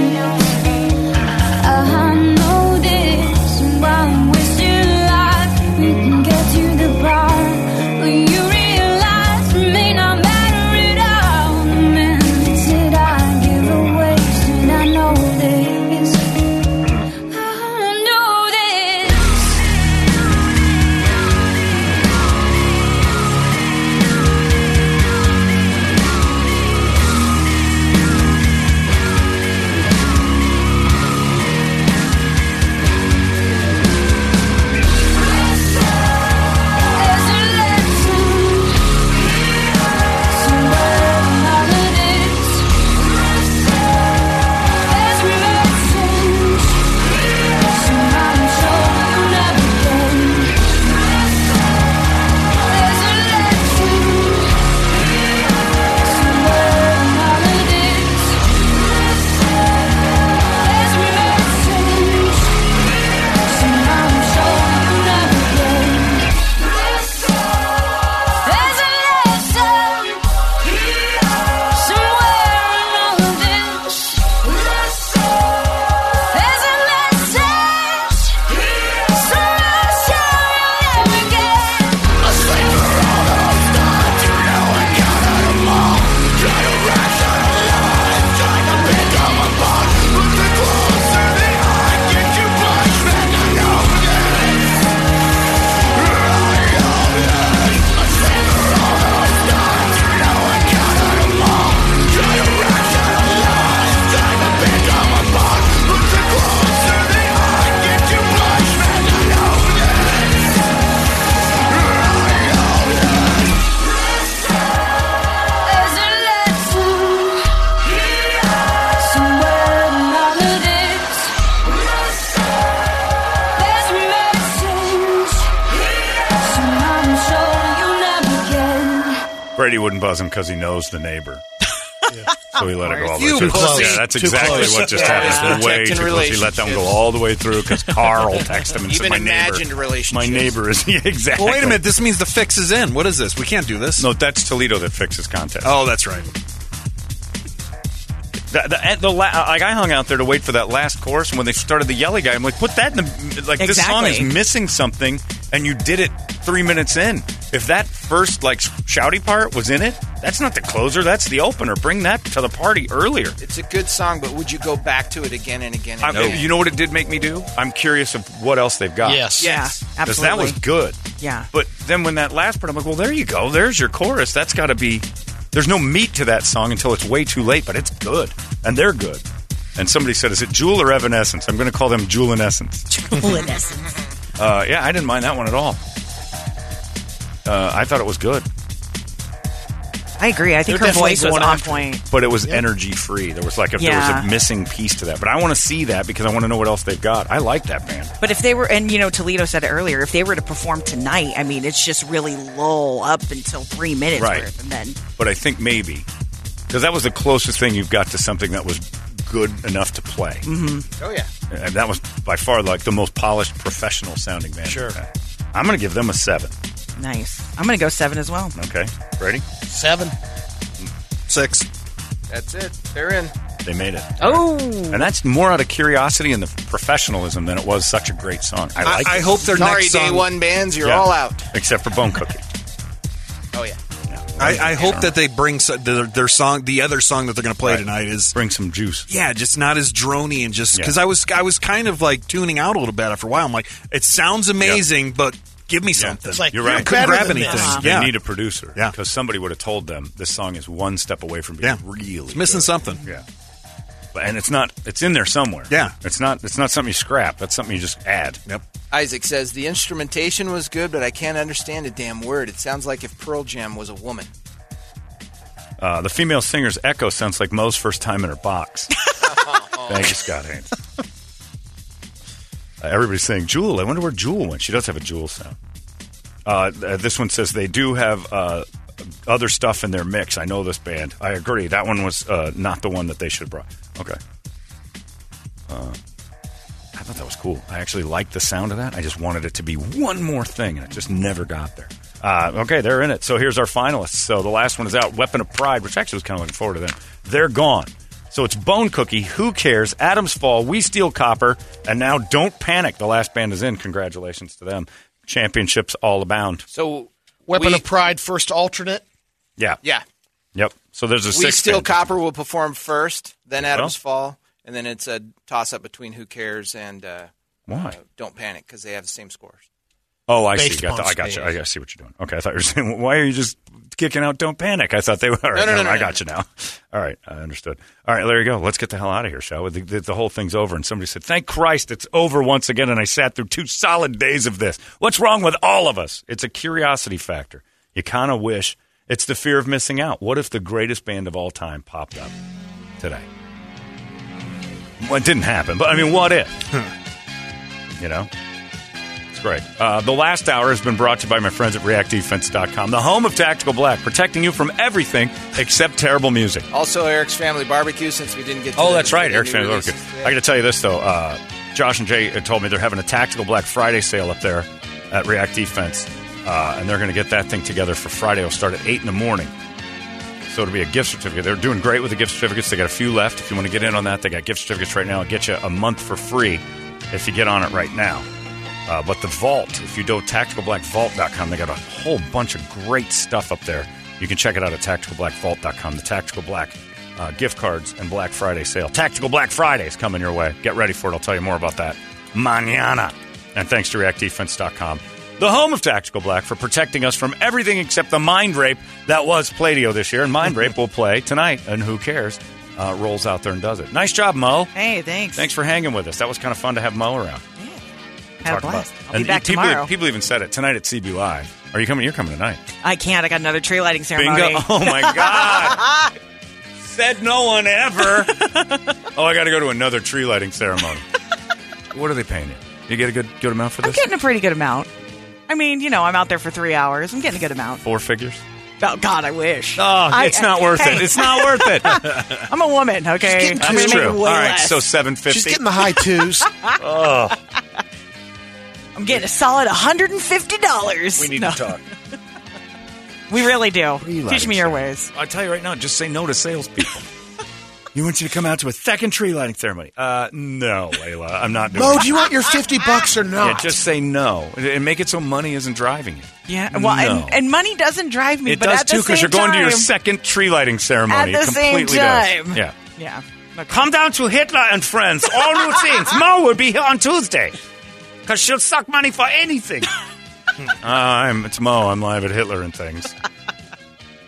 S11: I know this, and while we're still alive, we can get to the part where you realize it may not matter at all. The minutes that I give away, and I know this. I know this. There's a lesson somewhere in all of this. There's mercy. Somehow I'm sure you never gave. There's a lesson somewhere in all of this. There's mercy. Somehow I'm sure you never gave. There's a lesson somewhere in all of this. There's a message somewhere you'll never get. A sleeper all of time, you know I counted them all. Try to rationalize, try to pick them apart, but the closer that I get, you push back. I know this. I know this. A sleeper all of time, you know I counted them all. Try to rationalize, try to pick them apart, but the closer that I get, you push back. I know this. I know this. There's a lesson somewhere in all of this. There's a message somehow I'm sure you'll never get.
S1: Brady wouldn't buzz him because he knows the neighbor. So he let it go all the
S16: You
S1: way through.
S16: pussy.
S1: Yeah, that's
S16: Too
S1: exactly
S16: close.
S1: what just
S16: Yeah.
S1: happened.
S16: Yeah.
S1: Way too
S16: Protecting
S1: close. He let them go
S16: relationships.
S1: all the way through because Carl texted him and
S2: Even
S1: said, "My
S2: imagined
S1: neighbor,
S2: relationships.
S1: my neighbor is Yeah, exactly."
S13: Well, wait a minute. This means the fix is in. What is this? We can't do this.
S1: No, that's Toledo that fixes contest.
S13: Oh, that's right.
S1: The, the, and the la- uh, like I hung out there to wait for that last chorus, and when they started the yelly guy, I'm like, "Put that in the like." This song is
S4: Exactly.
S1: missing something, and you did it three minutes in. If that first like shouty part was in it, that's not the closer. That's the opener. Bring that to the party earlier.
S2: It's a good song, but would you go back to it again and again
S1: I,
S2: and again?
S1: You know what it did make me do? I'm curious of what else they've got.
S2: Yes.
S4: Yeah,
S1: Because that was
S4: absolutely.
S1: good.
S4: Yeah.
S1: But then when that last part, I'm like, well, there you go. There's your chorus. That's got to be. There's no meat to that song until it's way too late, but it's good. And they're good. And somebody said, "Is it Jewel or Evanescence?" I'm going to call them Jewel and Essence. Uh, yeah, I didn't mind that one at all. Uh, I thought it was good.
S4: I agree. I think her voice was on point.
S1: but it was energy free. There was like a, there
S4: Yeah.
S1: was a missing piece to that. But I want to see that because I want to know what else they've got. I like that band.
S4: But if they were, and you know, Toledo said it earlier, if they were to perform tonight, I mean, it's just really low up until three minutes
S1: Right.
S4: worth, and then
S1: But I think maybe because that was the closest thing you've got to something that was good enough to play.
S4: Mhm.
S2: Oh yeah.
S1: And that was by far like the most polished, professional sounding band. Sure. I'm going to give them a seven.
S4: nice. I'm gonna go seven as well.
S1: Okay, ready?
S8: Seven.
S1: Six.
S2: That's it. They're in.
S1: They made it.
S4: Oh.
S1: And that's more out of curiosity and the professionalism than it was such a great song. I like. it.
S2: Sorry, day one bands, you're
S1: Yeah.
S2: all out.
S1: Except for Bone Cookie.
S2: Oh yeah.
S13: I, I hope that they bring so, their, their song. The other song that they're going to play tonight is
S1: bring some juice.
S13: Yeah, just not as drony and just because
S1: Yeah.
S13: I was I was kind of like tuning out a little bit after a while. I'm like, it sounds amazing, but give me something.
S1: You're right.
S13: I couldn't grab anything.
S1: They
S13: Uh-huh. Yeah,
S1: need a producer. Yeah. Because somebody would have told them this song is one step away from being
S13: yeah,
S1: really
S13: It's missing
S1: good.
S13: something.
S1: Yeah. But- And it's not. It's in there somewhere. Yeah. It's not. It's not something you scrap. That's something you just add. Yep.
S2: Isaac says the instrumentation was good, but I can't understand a damn word. It sounds like if Pearl Jam was a woman.
S1: Uh, the female singer's echo sounds like Moe's first time in her box. Thank you, Scott Haynes. Uh, everybody's saying Jewel. I wonder where Jewel went. She does have a Jewel sound. Uh, th- this one says they do have uh, other stuff in their mix. I know this band. I agree. That one was uh, not the one that they should have brought. Okay. Uh, I thought that was cool. I actually liked the sound of that. I just wanted it to be one more thing, and it just never got there. Uh, okay, they're in it. So here's our finalists. So the last one is out Weapon of Pride, which actually was kind of looking forward to them. They're gone. So it's Bone Cookie, Who Cares, Adam's Fall, We Steal Copper, and now Don't Panic. The last band is in. Congratulations to them. Championships all abound.
S2: So
S8: Weapon
S2: we-
S8: of Pride, first alternate.
S1: Yeah.
S2: Yeah.
S1: Yep. So there's a
S2: we
S1: six.
S2: Steal
S1: band.
S2: Copper will perform first, then
S1: Well.
S2: Adams Fall, and then it's a toss up between Who Cares and uh,
S1: Why?
S2: uh, Don't Panic because they have the same scores.
S1: Oh, I see.
S2: Based
S1: Got the-
S2: upon
S1: I got you.
S2: speed.
S1: I, I see what you're doing. Okay, I thought you were saying, why are you just kicking out? Don't panic. I thought they were. All right,
S2: no, no, no,
S1: I
S2: no.
S1: got you now. All right, I understood. All right, there you go. Let's get the hell out of here, shall we? The, the, the whole thing's over. And somebody said, "Thank Christ, it's over once again." And I sat through two solid days of this. What's wrong with all of us? It's a curiosity factor. You kind of wish it's the fear of missing out. What if the greatest band of all time popped up today? Well, it didn't happen, but I mean, what if? you know. It's great. Uh, the last hour has been brought to you by my friends at reactdefense.com, the home of Tactical Black, protecting you from everything except terrible music.
S2: Also, Eric's Family Barbecue, since we didn't get to
S1: Oh,
S2: the-
S1: that's right,
S2: the
S1: Eric
S2: new
S1: Sandler.
S2: releases.
S1: I got to tell you this, though. Uh, Josh and Jay told me they're having a Tactical Black Friday sale up there at React Defense, uh, and they're going to get that thing together for Friday. It'll start at 8 in the morning. So it'll be a gift certificate. They're doing great with the gift certificates. They got a few left. If you want to get in on that, they got gift certificates right now. It'll get you a month for free if you get on it right now. Uh, but the vault, if you go tacticalblackvault.com, they got a whole bunch of great stuff up there. You can check it out at tacticalblackvault.com. The Tactical Black uh, gift cards and Black Friday sale. Tactical Black Friday is coming your way. Get ready for it. I'll tell you more about that manana. And thanks to reactdefense.com, the home of Tactical Black, for protecting us from everything except the mind rape that was Pladio this year. And mind rape will play tonight, and who cares? Uh, rolls out there and does it. Nice job, Mo.
S4: Hey, thanks.
S1: Thanks for hanging with us. That was kind of fun to have Mo around.
S4: Had a
S1: Talk about-
S4: blast. I'll be
S1: and
S4: back
S1: people, e-,
S4: tomorrow.
S1: People even said it tonight at CB Live. Are you coming? You're coming tonight.
S4: I can't. I got another tree lighting ceremony.
S1: Bingo. Oh, my God. Said no one ever. Oh, I got to go to another tree lighting ceremony. what are they paying you? You get a good good amount for
S4: I'm
S1: this?
S4: getting a pretty good amount. I mean, you know, I'm out there for three hours. I'm getting a good amount.
S1: Four figures.
S4: Oh God, I wish. Oh,
S1: Oh, it's not worth it. It's not worth it.
S4: I'm a woman, okay? I'm
S1: That's
S4: gonna
S1: true.
S4: make
S1: All
S4: way
S1: right,
S4: less.
S1: so seven fifty.
S4: She's getting the high twos.
S1: oh,
S4: I'm getting a solid $150.
S1: we need
S4: No.
S1: to talk.
S4: We really do. Teach
S1: lighting
S4: me your ways.
S1: I tell you right now, just say no to salespeople. you want you to come out to a second tree lighting ceremony? Uh, no, Layla, I'm not doing.
S8: Mo,
S1: it.
S8: do you want your fifty bucks or not?
S1: Yeah, just say no and make it so money isn't driving you.
S4: Yeah, well,
S1: no.
S4: and, and money doesn't drive me,
S1: it
S4: but
S1: does
S4: at
S1: too
S4: the same
S1: because you're going to your
S4: time-
S1: second tree lighting ceremony.
S4: At the
S1: it completely
S4: same time.
S1: does. Yeah.
S4: Yeah.
S1: Come down to Hitler and friends. All new things. Mo will be here on Tuesday because she'll suck money for anything. Uh, I'm, it's Mo. I'm live at Hitler and things.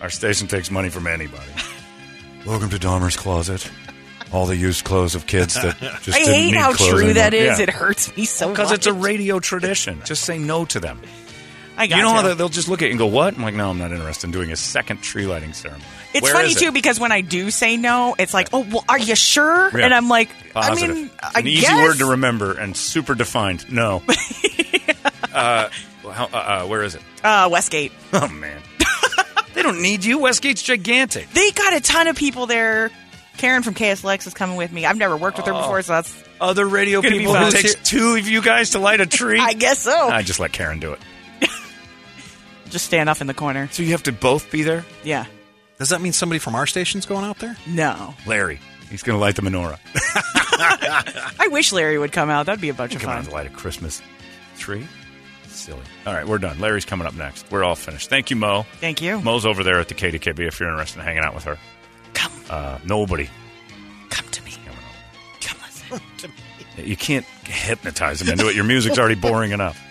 S1: Our station takes money from anybody. Welcome to Dahmer's Closet. all the used clothes of kids that just
S4: I
S1: didn't
S4: hate
S1: need
S4: how
S1: clothes
S4: true that
S1: anymore.
S4: is.
S1: Yeah.
S4: It hurts me so
S1: because it's a
S4: much.
S1: radio tradition. Just say no to them.
S4: I got
S1: you know how
S4: to.
S1: they- they'll just look at you and go, "What?" I'm like, "No, I'm not interested in doing a second tree lighting ceremony."
S4: It's
S1: Where
S4: funny
S1: is it?
S4: too because when I do say no, it's like, oh, well, are you sure?
S1: Yeah.
S4: And I'm like,
S1: Positive.
S4: I mean,
S1: It's
S4: I
S1: an easy
S4: guess.
S1: word to remember and super defined. No. uh, well, how, uh, uh, where is it?
S4: uh, Westgate.
S1: Oh man, they don't need you. Westgate's gigantic.
S4: They got a ton of people there. Karen from KSLX is coming with me. I've never worked with her
S1: Oh.
S4: before, so that's
S1: Other radio
S4: Gonna be
S1: people who
S4: volunteer-
S1: takes two of you guys to light a tree.
S4: I guess so.
S1: I just let Karen do it.
S4: just stand off in the corner.
S1: So you have to both be there.
S4: Yeah.
S13: Does that mean somebody from our station's going out there?
S4: No.
S1: Larry, he's going to light the menorah.
S4: I wish Larry would come out. That'd be a bunch of
S1: Come on,
S4: fun.
S1: to light a Christmas tree. Silly. All right, we're done. Larry's coming up next. We're all finished. Thank you, Mo.
S4: Thank you.
S1: Mo's over there at the KDKB if you're interested in hanging out with her. Come. Uh, nobody.
S4: Come to me.
S1: You can't hypnotize them into it. Your music's already boring enough.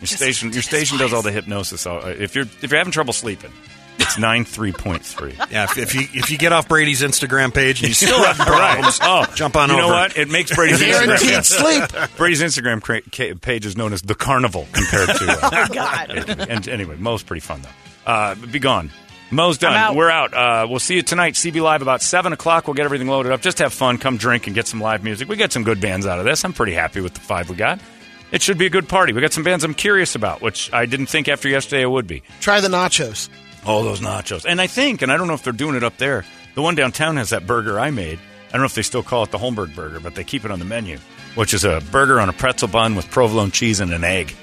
S1: Your station, your station does all the hypnosis. Uh, If you're if you're having trouble sleeping, it's nine three point three.
S13: Yeah, if, if you if you get off Brady's Instagram page and you still have
S1: Right.
S13: problems,
S1: Oh,
S13: jump on
S1: you
S13: over.
S1: know what? It makes Brady's Instagram
S13: Guaranteed sleep.
S1: Brady's Instagram cra- ca- page is known as the Carnival compared to. Uh,
S4: Oh, God.
S1: it. and anyway, Mo's pretty fun though. Uh, be gone. Mo's done.
S4: I'm out.
S1: We're out. Uh, we'll see you tonight. CB Live about seven o'clock. We'll get everything loaded up. Just have fun. Come drink and get some live music. We got some good bands out of this. I'm pretty happy with the five we got. It should be a good party. We got some bands I'm curious about, which I didn't think after yesterday it would be.
S8: Try the nachos.
S1: All those nachos. And I think, and I don't know if they're doing it up there, the one downtown has that burger I made. I don't know if they still call it the Holmberg burger, but they keep it on the menu, which is a burger on a pretzel bun with provolone cheese and an egg.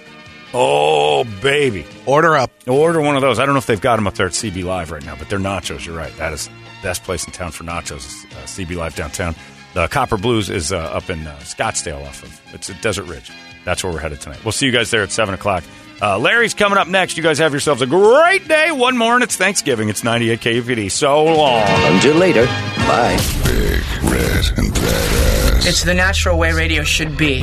S1: Oh, baby.
S8: Order up.
S1: Order one of those. I don't know if they've got them up there at CB Live right now, but they're nachos. You're right. That is the best place in town for nachos is uh, CB Live downtown. The Copper Blues is uh, up in uh, Scottsdale off of, it's at Desert Ridge. That's where we're headed tonight. We'll see you guys there at 7 o'clock. Uh, Larry's coming up next. You guys have yourselves a great day. One more and it's Thanksgiving. It's 98 KUPD. E So long.
S14: Until later. Bye.
S19: Big, red, and badass.
S9: It's the natural way radio should be.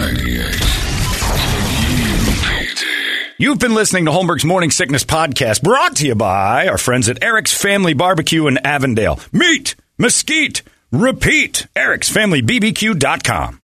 S1: You've been listening to Holmberg's Morning Sickness Podcast, brought to you by our friends at Eric's Family Barbecue in Avondale. Meet, mesquite, repeat, ericsfamilybbq.com.